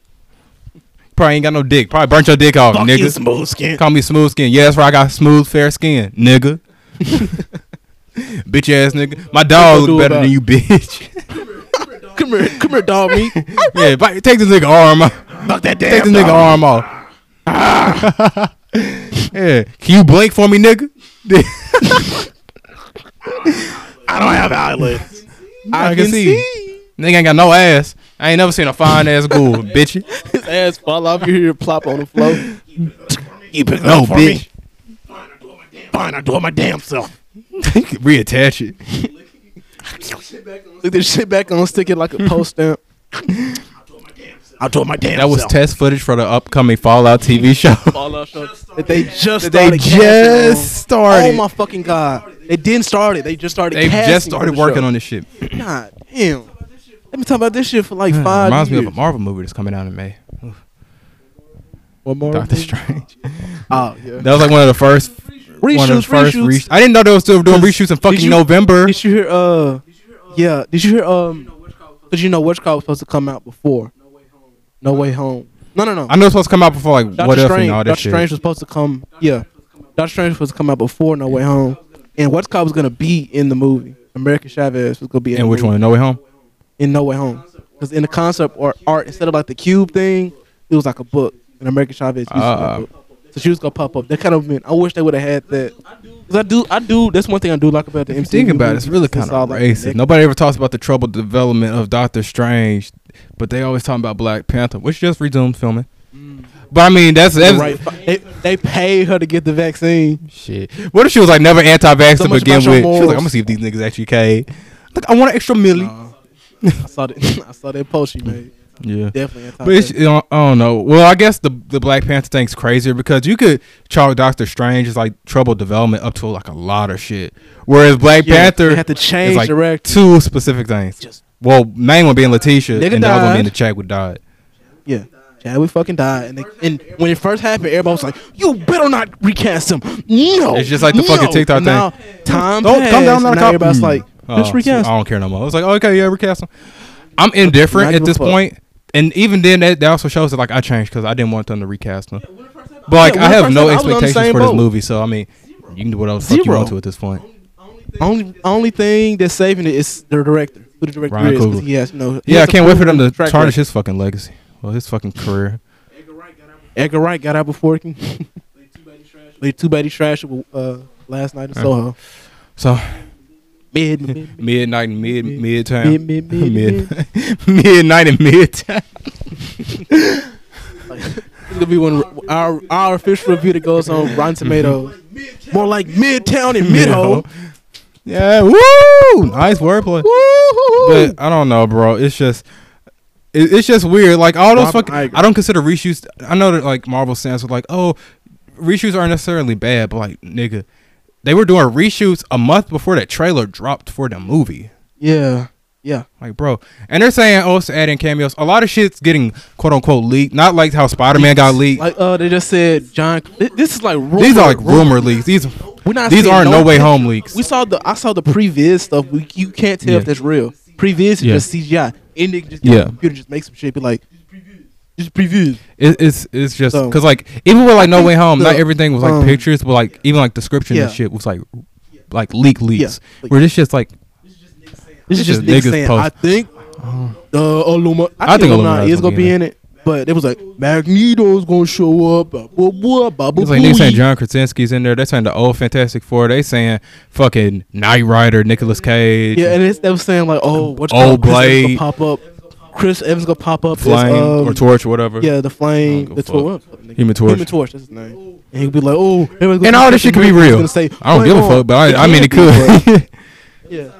B: Probably ain't got no dick. Probably burnt your dick off,
C: Fuck
B: nigga.
C: you, smooth skin.
B: Call me smooth skin. Yeah, that's right. I got smooth fair skin, nigga. bitch ass nigga. My dog
A: What you gonna do
B: look better
A: about
B: than you, bitch.
A: Come here, come here, dog meat.
B: yeah, bite- take this nigga arm off.
C: Fuck that
B: Take
C: damn
B: this nigga arm off. yeah. Can you blink for me, nigga?
C: I don't have eyelids.
B: I, can, see. Nigga ain't got no ass. I ain't never seen a fine ass ghoul, bitch.
A: His ass fall off. You hear it plop on the floor.
C: You pick it
B: No,
C: up for
B: bitch.
C: me. Fine, I do it my damn self.
B: Reattach it.
A: Look this shit back on. Stick it like a post stamp.
C: I'll do it my damn
B: That was
C: self.
B: test footage for the upcoming Fallout TV show.
A: Fall off. That they just
B: Mm-hmm. they
A: started casting on.
B: just started.
A: Oh my fucking god! They didn't start it. They just started.
B: they just started working on
A: it.
B: this shit.
A: God damn. Let me talk about this shit for like five
B: Mm, Reminds
A: years.
B: me of a Marvel movie that's coming out in May.
A: One more.
B: Doctor Strange.
A: Oh yeah.
B: That was like one of the first. one of the
A: Reshoots,
B: first
A: reshoots.
B: reshoots. I didn't know they were still doing reshoots in fucking
A: you-
B: November.
A: Did you hear? Uh, yeah. Did you hear? Um, because you know Witch Call was supposed to come out before. No Way Home. No, no, no.
B: I know it's supposed to come out before like
A: Doctor
B: what else
A: Strange.
B: and all that
A: Doctor
B: shit.
A: Strange was supposed to come. Yeah. Doctor Strange was supposed to come out before No Way Home, and Witch Call was gonna be in the movie. American Chavez was gonna be in.
B: and
A: the
B: which
A: movie.
B: one? No Way Home.
A: In No Way Home, because in the concept or art, instead of like the cube thing, it was like a book. And American Chavez used to be
B: Ah.
A: a book. So she was gonna pop up. That kind of meant. I wish they would have had that. Cause I do, I do. That's one thing I do like about the MCU.
B: Think about it. It's really kind
A: all,
B: of
A: like,
B: racist.
A: connected.
B: Nobody ever talks about the troubled development of Doctor Strange, but they always talk about Black Panther, which just resumed filming. But I mean, that's, that's
A: Mm. right. They, they paid her to get the vaccine.
B: shit. What if she was like never anti-vax
A: So
B: to
A: much
B: begin with?
A: about your
B: She was like, I'm
A: morals.
B: gonna see if these niggas actually cave. Look, I want an extra milli.
A: I saw that. I saw that post she made.
B: yeah.
A: Definitely. anti-vax.
B: But it's, I don't- I don't know. Well, I guess the the Black Panther thing's crazier because you could chalk Doctor Strange as like troubled development up to like a lot of shit, whereas Black
A: Yeah,
B: Panther
A: they had to change
B: is like
A: director.
B: two specific things. well, main one being Letitia,
A: Nigga
B: and the other one
A: died.
B: being the Chadwick died.
A: yeah. Yeah, we fucking died, and, they, and when it first happened, everybody was like, "You better not recast him." No,
B: It's just like the
A: no.
B: fucking TikTok
A: And now,
B: thing.
A: Time
B: Don't
A: passed,
B: come down, I'm
A: and
B: not a
A: now
B: cop.
A: everybody's
B: Mm.
A: like,
B: Oh,
A: "Let's recast."
B: I
A: him."
B: don't care no more. I was like, oh, okay, yeah, recast him. I'm indifferent
A: Not
B: at
A: give a
B: this
A: fuck.
B: point, and even then, that, that also shows that like I changed because I didn't want them to recast him. But like,
A: Yeah, when the first
B: I have no
A: time I was on the
B: expectations
A: same
B: for this
A: boat.
B: movie, so I mean, you can do whatever the fuck you
A: Zero.
B: want to at this point.
A: Only only thing that's saving it is the director. Who the director
B: Ryan
A: is? 'cause
B: Coogler.
A: He has no. he
B: Yeah, I
A: has
B: can't wait for them to
A: proven track
B: tarnish
A: record.
B: his fucking legacy. Well, his fucking career.
A: Edgar Wright got out before him. Played two baby trash uh, last night in
B: Yeah.
A: Soho.
B: So
A: Mid, mid,
B: midnight and mid
A: Mid-
B: midtown.
A: mid- mid- mid-
B: Mid- midnight and midtown.
A: It's gonna be one our our official review that goes on Rotten Tomatoes. More like Midtown and Midho.
B: Yeah, woo! Nice wordplay. But I don't know, bro. It's just. it- It's just weird. Like all those
A: Robert
B: fucking,
A: Iger.
B: I don't consider reshoots. I know that like Marvel stands with like, oh, reshoots aren't necessarily bad, but like nigga, they were doing reshoots a month before that trailer dropped for the movie.
A: Yeah, yeah.
B: Like, bro. And they're saying, oh, it's adding cameos. A lot of shit's getting quote unquote leaked. Not like how Spider Man got leaked.
A: Like uh, they just said John. thi- This is like rumor.
B: these are like rumor leaks. These
A: We're not
B: these
A: seeing
B: aren't no,
A: no
B: way
A: picture.
B: home leaks.
A: We saw the I saw the previz stuff. We, you can't tell
B: Yeah.
A: if that's real. Previz is
B: Yeah.
A: just CGI. And they can just get on
B: Yeah.
A: the computer and just make some shit. Be like, just previews.
B: It, it's it's just
A: So-
B: because like even with like no way home, not
A: The,
B: everything was like
A: um,
B: pictures, but like even like description and
A: Yeah.
B: shit was like like leak leaks.
A: like-
B: Where this shit's like
A: This
B: It's
A: is just
B: just
A: niggas
B: niggas
A: saying.
B: post.
A: I think uh, Illuma-
B: I
A: I,
B: think
A: think Illumina
B: Illuminati's
A: is gonna be in it. But it was like Magneto's gonna show up. Blah, blah, blah, blah,
B: it's like niggas saying John Krasinski's in there. They're saying the old Fantastic Four. They saying fucking Knight Rider, Nicolas Cage.
A: Yeah, and it's, they were saying like, oh, what's called?
B: Old
A: Chris Evans
B: Blade.
A: gonna pop up. Chris Evans gonna pop up. as,
B: Flame
A: um,
B: or Torch or whatever.
A: Yeah, the flame,
B: give
A: the
B: a
A: torch,
B: Human Torch.
A: Human Torch. That's his name. And he'd be like, oh, everybody's gonna
B: And all this shit could be
A: He's
B: real.
A: Gonna say,
B: I don't
A: "Wait,
B: give a
A: oh,
B: fuck, but I, I mean
A: can't
B: it
A: be,
B: could.
A: but- yeah.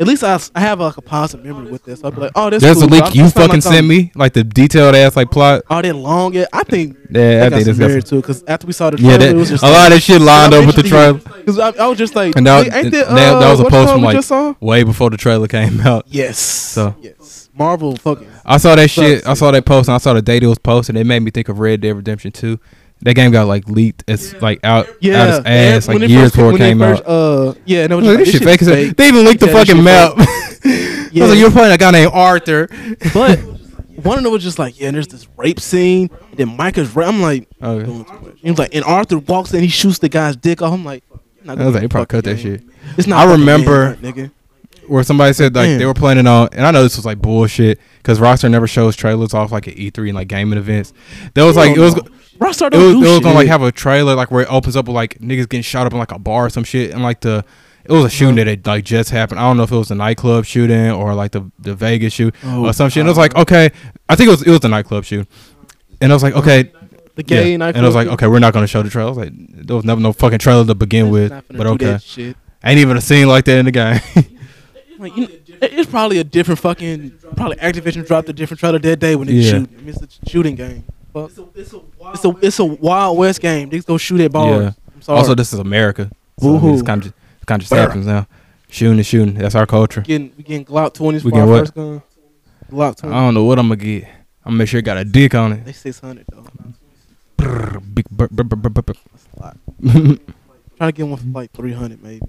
A: At least I, s- I have like a positive memory with this. I'll be like, oh, this.
B: There's
A: cool,
B: a link
A: dog.
B: you
A: It's not like
B: fucking
A: something
B: sent me, like the detailed ass like plot.
A: All that long. Yeah, I think.
B: Yeah, I think
A: that's
B: that's
A: married too. Because after we saw the trailer,
B: yeah. That,
A: it was just
B: a lot of that shit lined up with the trailer.
A: Because I, I was just like,
B: And that,
A: "Hey, ain't
B: that,
A: that, uh,
B: that was a
A: what
B: post
A: song
B: from
A: we
B: like
A: just saw?
B: way before the trailer came out.
A: Yes.
B: So.
A: yes, Marvel fucking.
B: I saw that shit. I saw that post and I saw the date it was posted. It made me think of Red Dead Redemption 2. That game got like leaked. It's like out, out
A: Yeah,
B: his ass
A: when
B: like
A: it
B: years
A: first-
B: before it
A: when they
B: came
A: first,
B: out.
A: Uh, yeah, and it was just
B: Look,
A: like,
B: this shit fake. as
A: shit's
B: hell. They even leaked the
A: Yeah, this shit
B: fucking map.
A: fake.
B: I was like,
A: Yeah.
B: you're playing a guy named Arthur.
A: But one of them was just like, yeah, there's this rape scene. And then Micah's ra- I'm like,
B: Okay.
A: doing too much. He was like, and Arthur walks in, he shoots the guy's dick off. I'm like, I'm not
B: I was
A: gonna
B: like, they probably
A: fuck
B: cut that
A: the game.
B: shit.
A: It's not.
B: I
A: fucking
B: remember-
A: game, nigga.
B: Where somebody said like they
A: Damn.
B: were planning on, and I know this was like bullshit because Rockstar never shows trailers off like at E3 and like gaming events. That was like it was.
A: Rockstar
B: it
A: don't
B: was,
A: do
B: it was
A: shit.
B: gonna like have a trailer like where it opens up with like niggas getting shot up in like a bar or some shit and like the it was a shooting
A: Uh-huh.
B: that had like just happened. I don't know if it was the nightclub shooting or like the the Vegas shoot
A: Oh,
B: or some shit. And I was like, okay, I think it was it was the nightclub shoot, and I was like, okay,
A: the gay
B: yeah.
A: nightclub
B: and I was like,
A: shit.
B: okay, we're not gonna show the trailer. I was like, there was never no fucking trailer to begin with,
A: Not finna
B: but
A: do
B: okay,
A: that shit.
B: ain't even a scene like that in the game.
A: Like, you know, it- it's probably a different fucking. Probably Activision dropped a different trailer that day when they
B: Yeah.
A: shoot. It's a shooting game. Fuck. It's a it's a Wild West game. They go shoot at bars.
B: Yeah.
A: I'm sorry.
B: also, this is America, so I mean,
A: Woohoo.
B: it's kind of kind of just
A: Bruh.
B: happens now. Shooting and shooting, that's our culture.
A: getting we getting Glock twenties
B: We
A: for our
B: getting what?
A: first gun. Glock
B: I
A: twenty.
B: don't know what I'm gonna get. I'm gonna make sure it got a dick on it.
A: They six hundred though.
B: Brr, big bur- bur- bur- bur- bur- bur-
A: Try to get one for like three hundred maybe.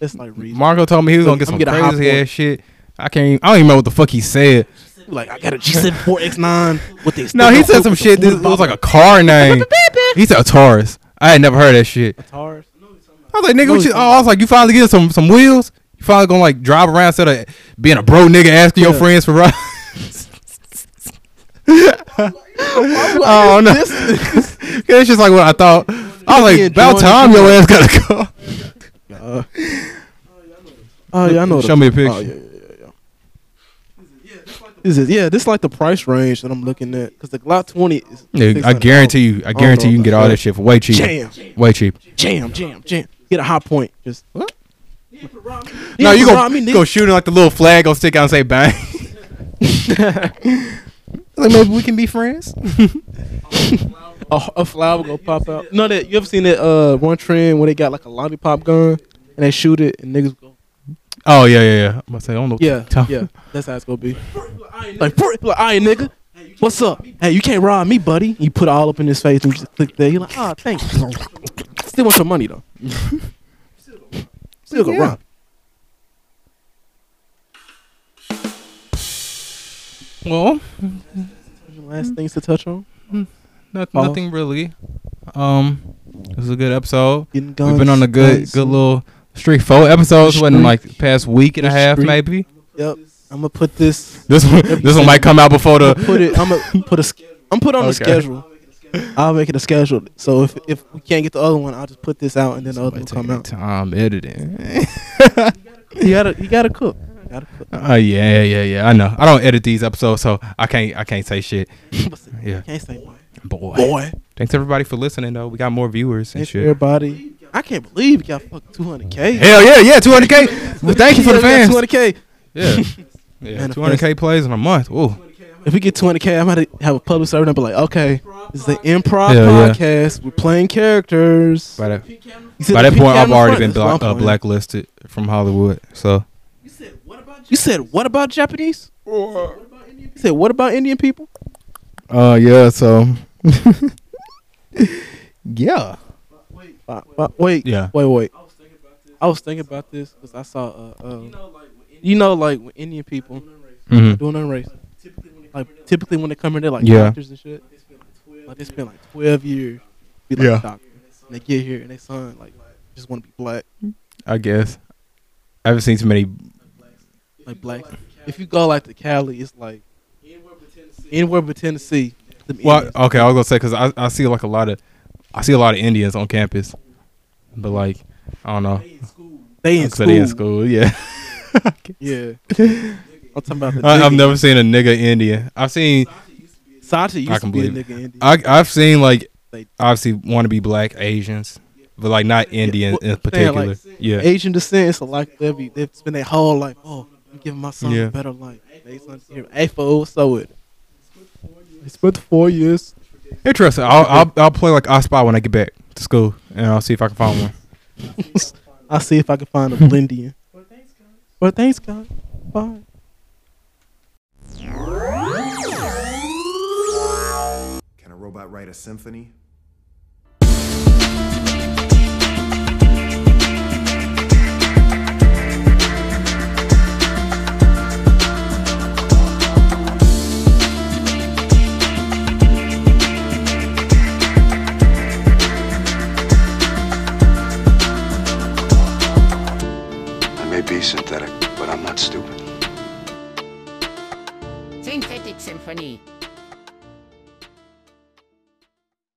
A: That's like reason.
B: Marco told me he was gonna
A: I'm
B: get some
A: gonna get a high
B: crazy
A: point.
B: ass shit. I can't. Even, I don't even know what the fuck he said.
A: like I got a G seven four X nine with this.
B: No, he said some shit. This it was like a car name. He said a Taurus. I had never heard that shit.
A: Tars.
B: I was like, nigga, what you, oh, I was like, you finally getting some some wheels. You finally gonna like drive around instead of being a bro nigga asking your
A: Yeah.
B: friends for rides. oh no, it's just like what I thought. I was
A: He
B: like, about
A: enjoying
B: time
A: it.
B: your ass got a car.
A: Oh yeah, I know.
B: Show
A: the-
B: me a picture.
A: Oh, yeah, yeah, yeah, yeah. This is yeah. This is like the price range that I'm looking at because the Glock twenty is.
B: Yeah, I
A: $600.
B: guarantee you. I
A: "Oh, don't
B: guarantee
A: know
B: you can get
A: about
B: all
A: that.
B: that shit for way cheap.
A: Jam,
B: Way cheap.
A: jam, jam, jam. Get a high point. Just what?
B: No, you
A: go.
B: go go shooting like the little flag gonna stick out and say bang. like maybe we can be friends.
A: a, a flower gonna pop out. No, that you ever seen that uh one trend when they got like a lollipop gun and they shoot it and niggas go
B: Oh yeah, yeah, yeah. I'm gonna say I don't know. what
A: yeah
B: to tell-
A: yeah that's how it's gonna be like "Brr," like all right nigga what's up hey you can't rob me buddy you put it all up in his face and you just click there you like ah thank you still want your money though still gonna
B: Yeah.
A: rob
B: Well,
A: last things to touch on
B: not,
A: Oh.
B: nothing really. Um, it was a good episode.
A: getting guns
B: We've been on a good,
A: guns.
B: good little streak. Four episodes. Wasn't
A: Streak.
B: like past week and a
A: The
B: half,
A: streak.
B: maybe.
A: yep I'm gonna put this
B: This one, this one might come out before the.
A: put it I'm gonna put a sch- I'm put on a
B: Okay.
A: schedule I'll make it a schedule. So if if we can't get the other one, I'll just put this out and then the other
B: Might
A: one
B: take
A: come out.
B: Time editing.
A: You gotta you gotta cook. You gotta cook.
B: Oh yeah, yeah, yeah. I know. I don't edit these episodes, so I can't. I can't say shit. Yeah,
A: Can't say no.
B: boy.
A: boy.
B: Thanks everybody for listening though. We got more viewers and
A: Thanks
B: shit.
A: everybody. I can't believe you got fuck 200k.
B: Hell yeah, yeah, 200k. Well, thank you for the
A: Yeah, yeah,
B: fans.
A: 200k.
B: Yeah, yeah, 200k plays in a month. Ooh,
A: If we get 200k, I'm gonna have a public server and be like, okay, this is an improv
B: Hell yeah.
A: podcast. We're playing characters.
B: by that,
A: You said
B: by
A: the
B: that point,
A: PK
B: I've
A: on
B: already
A: the
B: been
A: front, that's
B: black,
A: what I'm
B: uh,
A: playing.
B: blacklisted from Hollywood. So
A: You said what about Japanese? you said what about Indian people?
B: uh yeah, so yeah,
A: Uh, uh, wait,
B: Yeah.
A: wait, wait. I was thinking about this because I saw, uh, uh, you know, like when Indian people
B: Mhm.
A: doing their race, like typically when they come in, they're like
B: Yeah.
A: doctors and shit. Like they spend like twelve years, be like
B: Yeah.
A: doctor. And they get here and they son like just want to be black,
B: I guess I haven't seen too many.
A: like black. If you go like to Cali, it's like anywhere but Tennessee. them
B: Well,
A: Indians.
B: okay, I was gonna say because I I see like a lot of I see a lot of Indians on campus, but like I don't know.
A: they in
B: Like I said,
A: school.
B: they in school, yeah.
A: Yeah, I'm talking about the.
B: I, I've
A: nigga.
B: never seen a nigga Indian. I've seen
A: Sasha used
B: I
A: to
B: can
A: be a
B: believe
A: nigga Indian.
B: I I've seen like obviously want to be black Asians. but like not Indian
A: well,
B: in
A: saying,
B: particular.
A: like,
B: yeah,
A: Asian descent, it's a like they they spend their whole life. Oh, I'm giving my son
B: Yeah.
A: a better life. They son here, hey fool, so it. They spent four years.
B: interesting. I'll, I'll I'll play like I Spy when I get back to school, and I'll see if I can find one.
A: I'll see if I can find a blendian. Well, thanks, God. Bye.
F: Can a robot write a symphony?
G: I may be synthetic, but I'm not stupid.
H: Synthetic Symphony.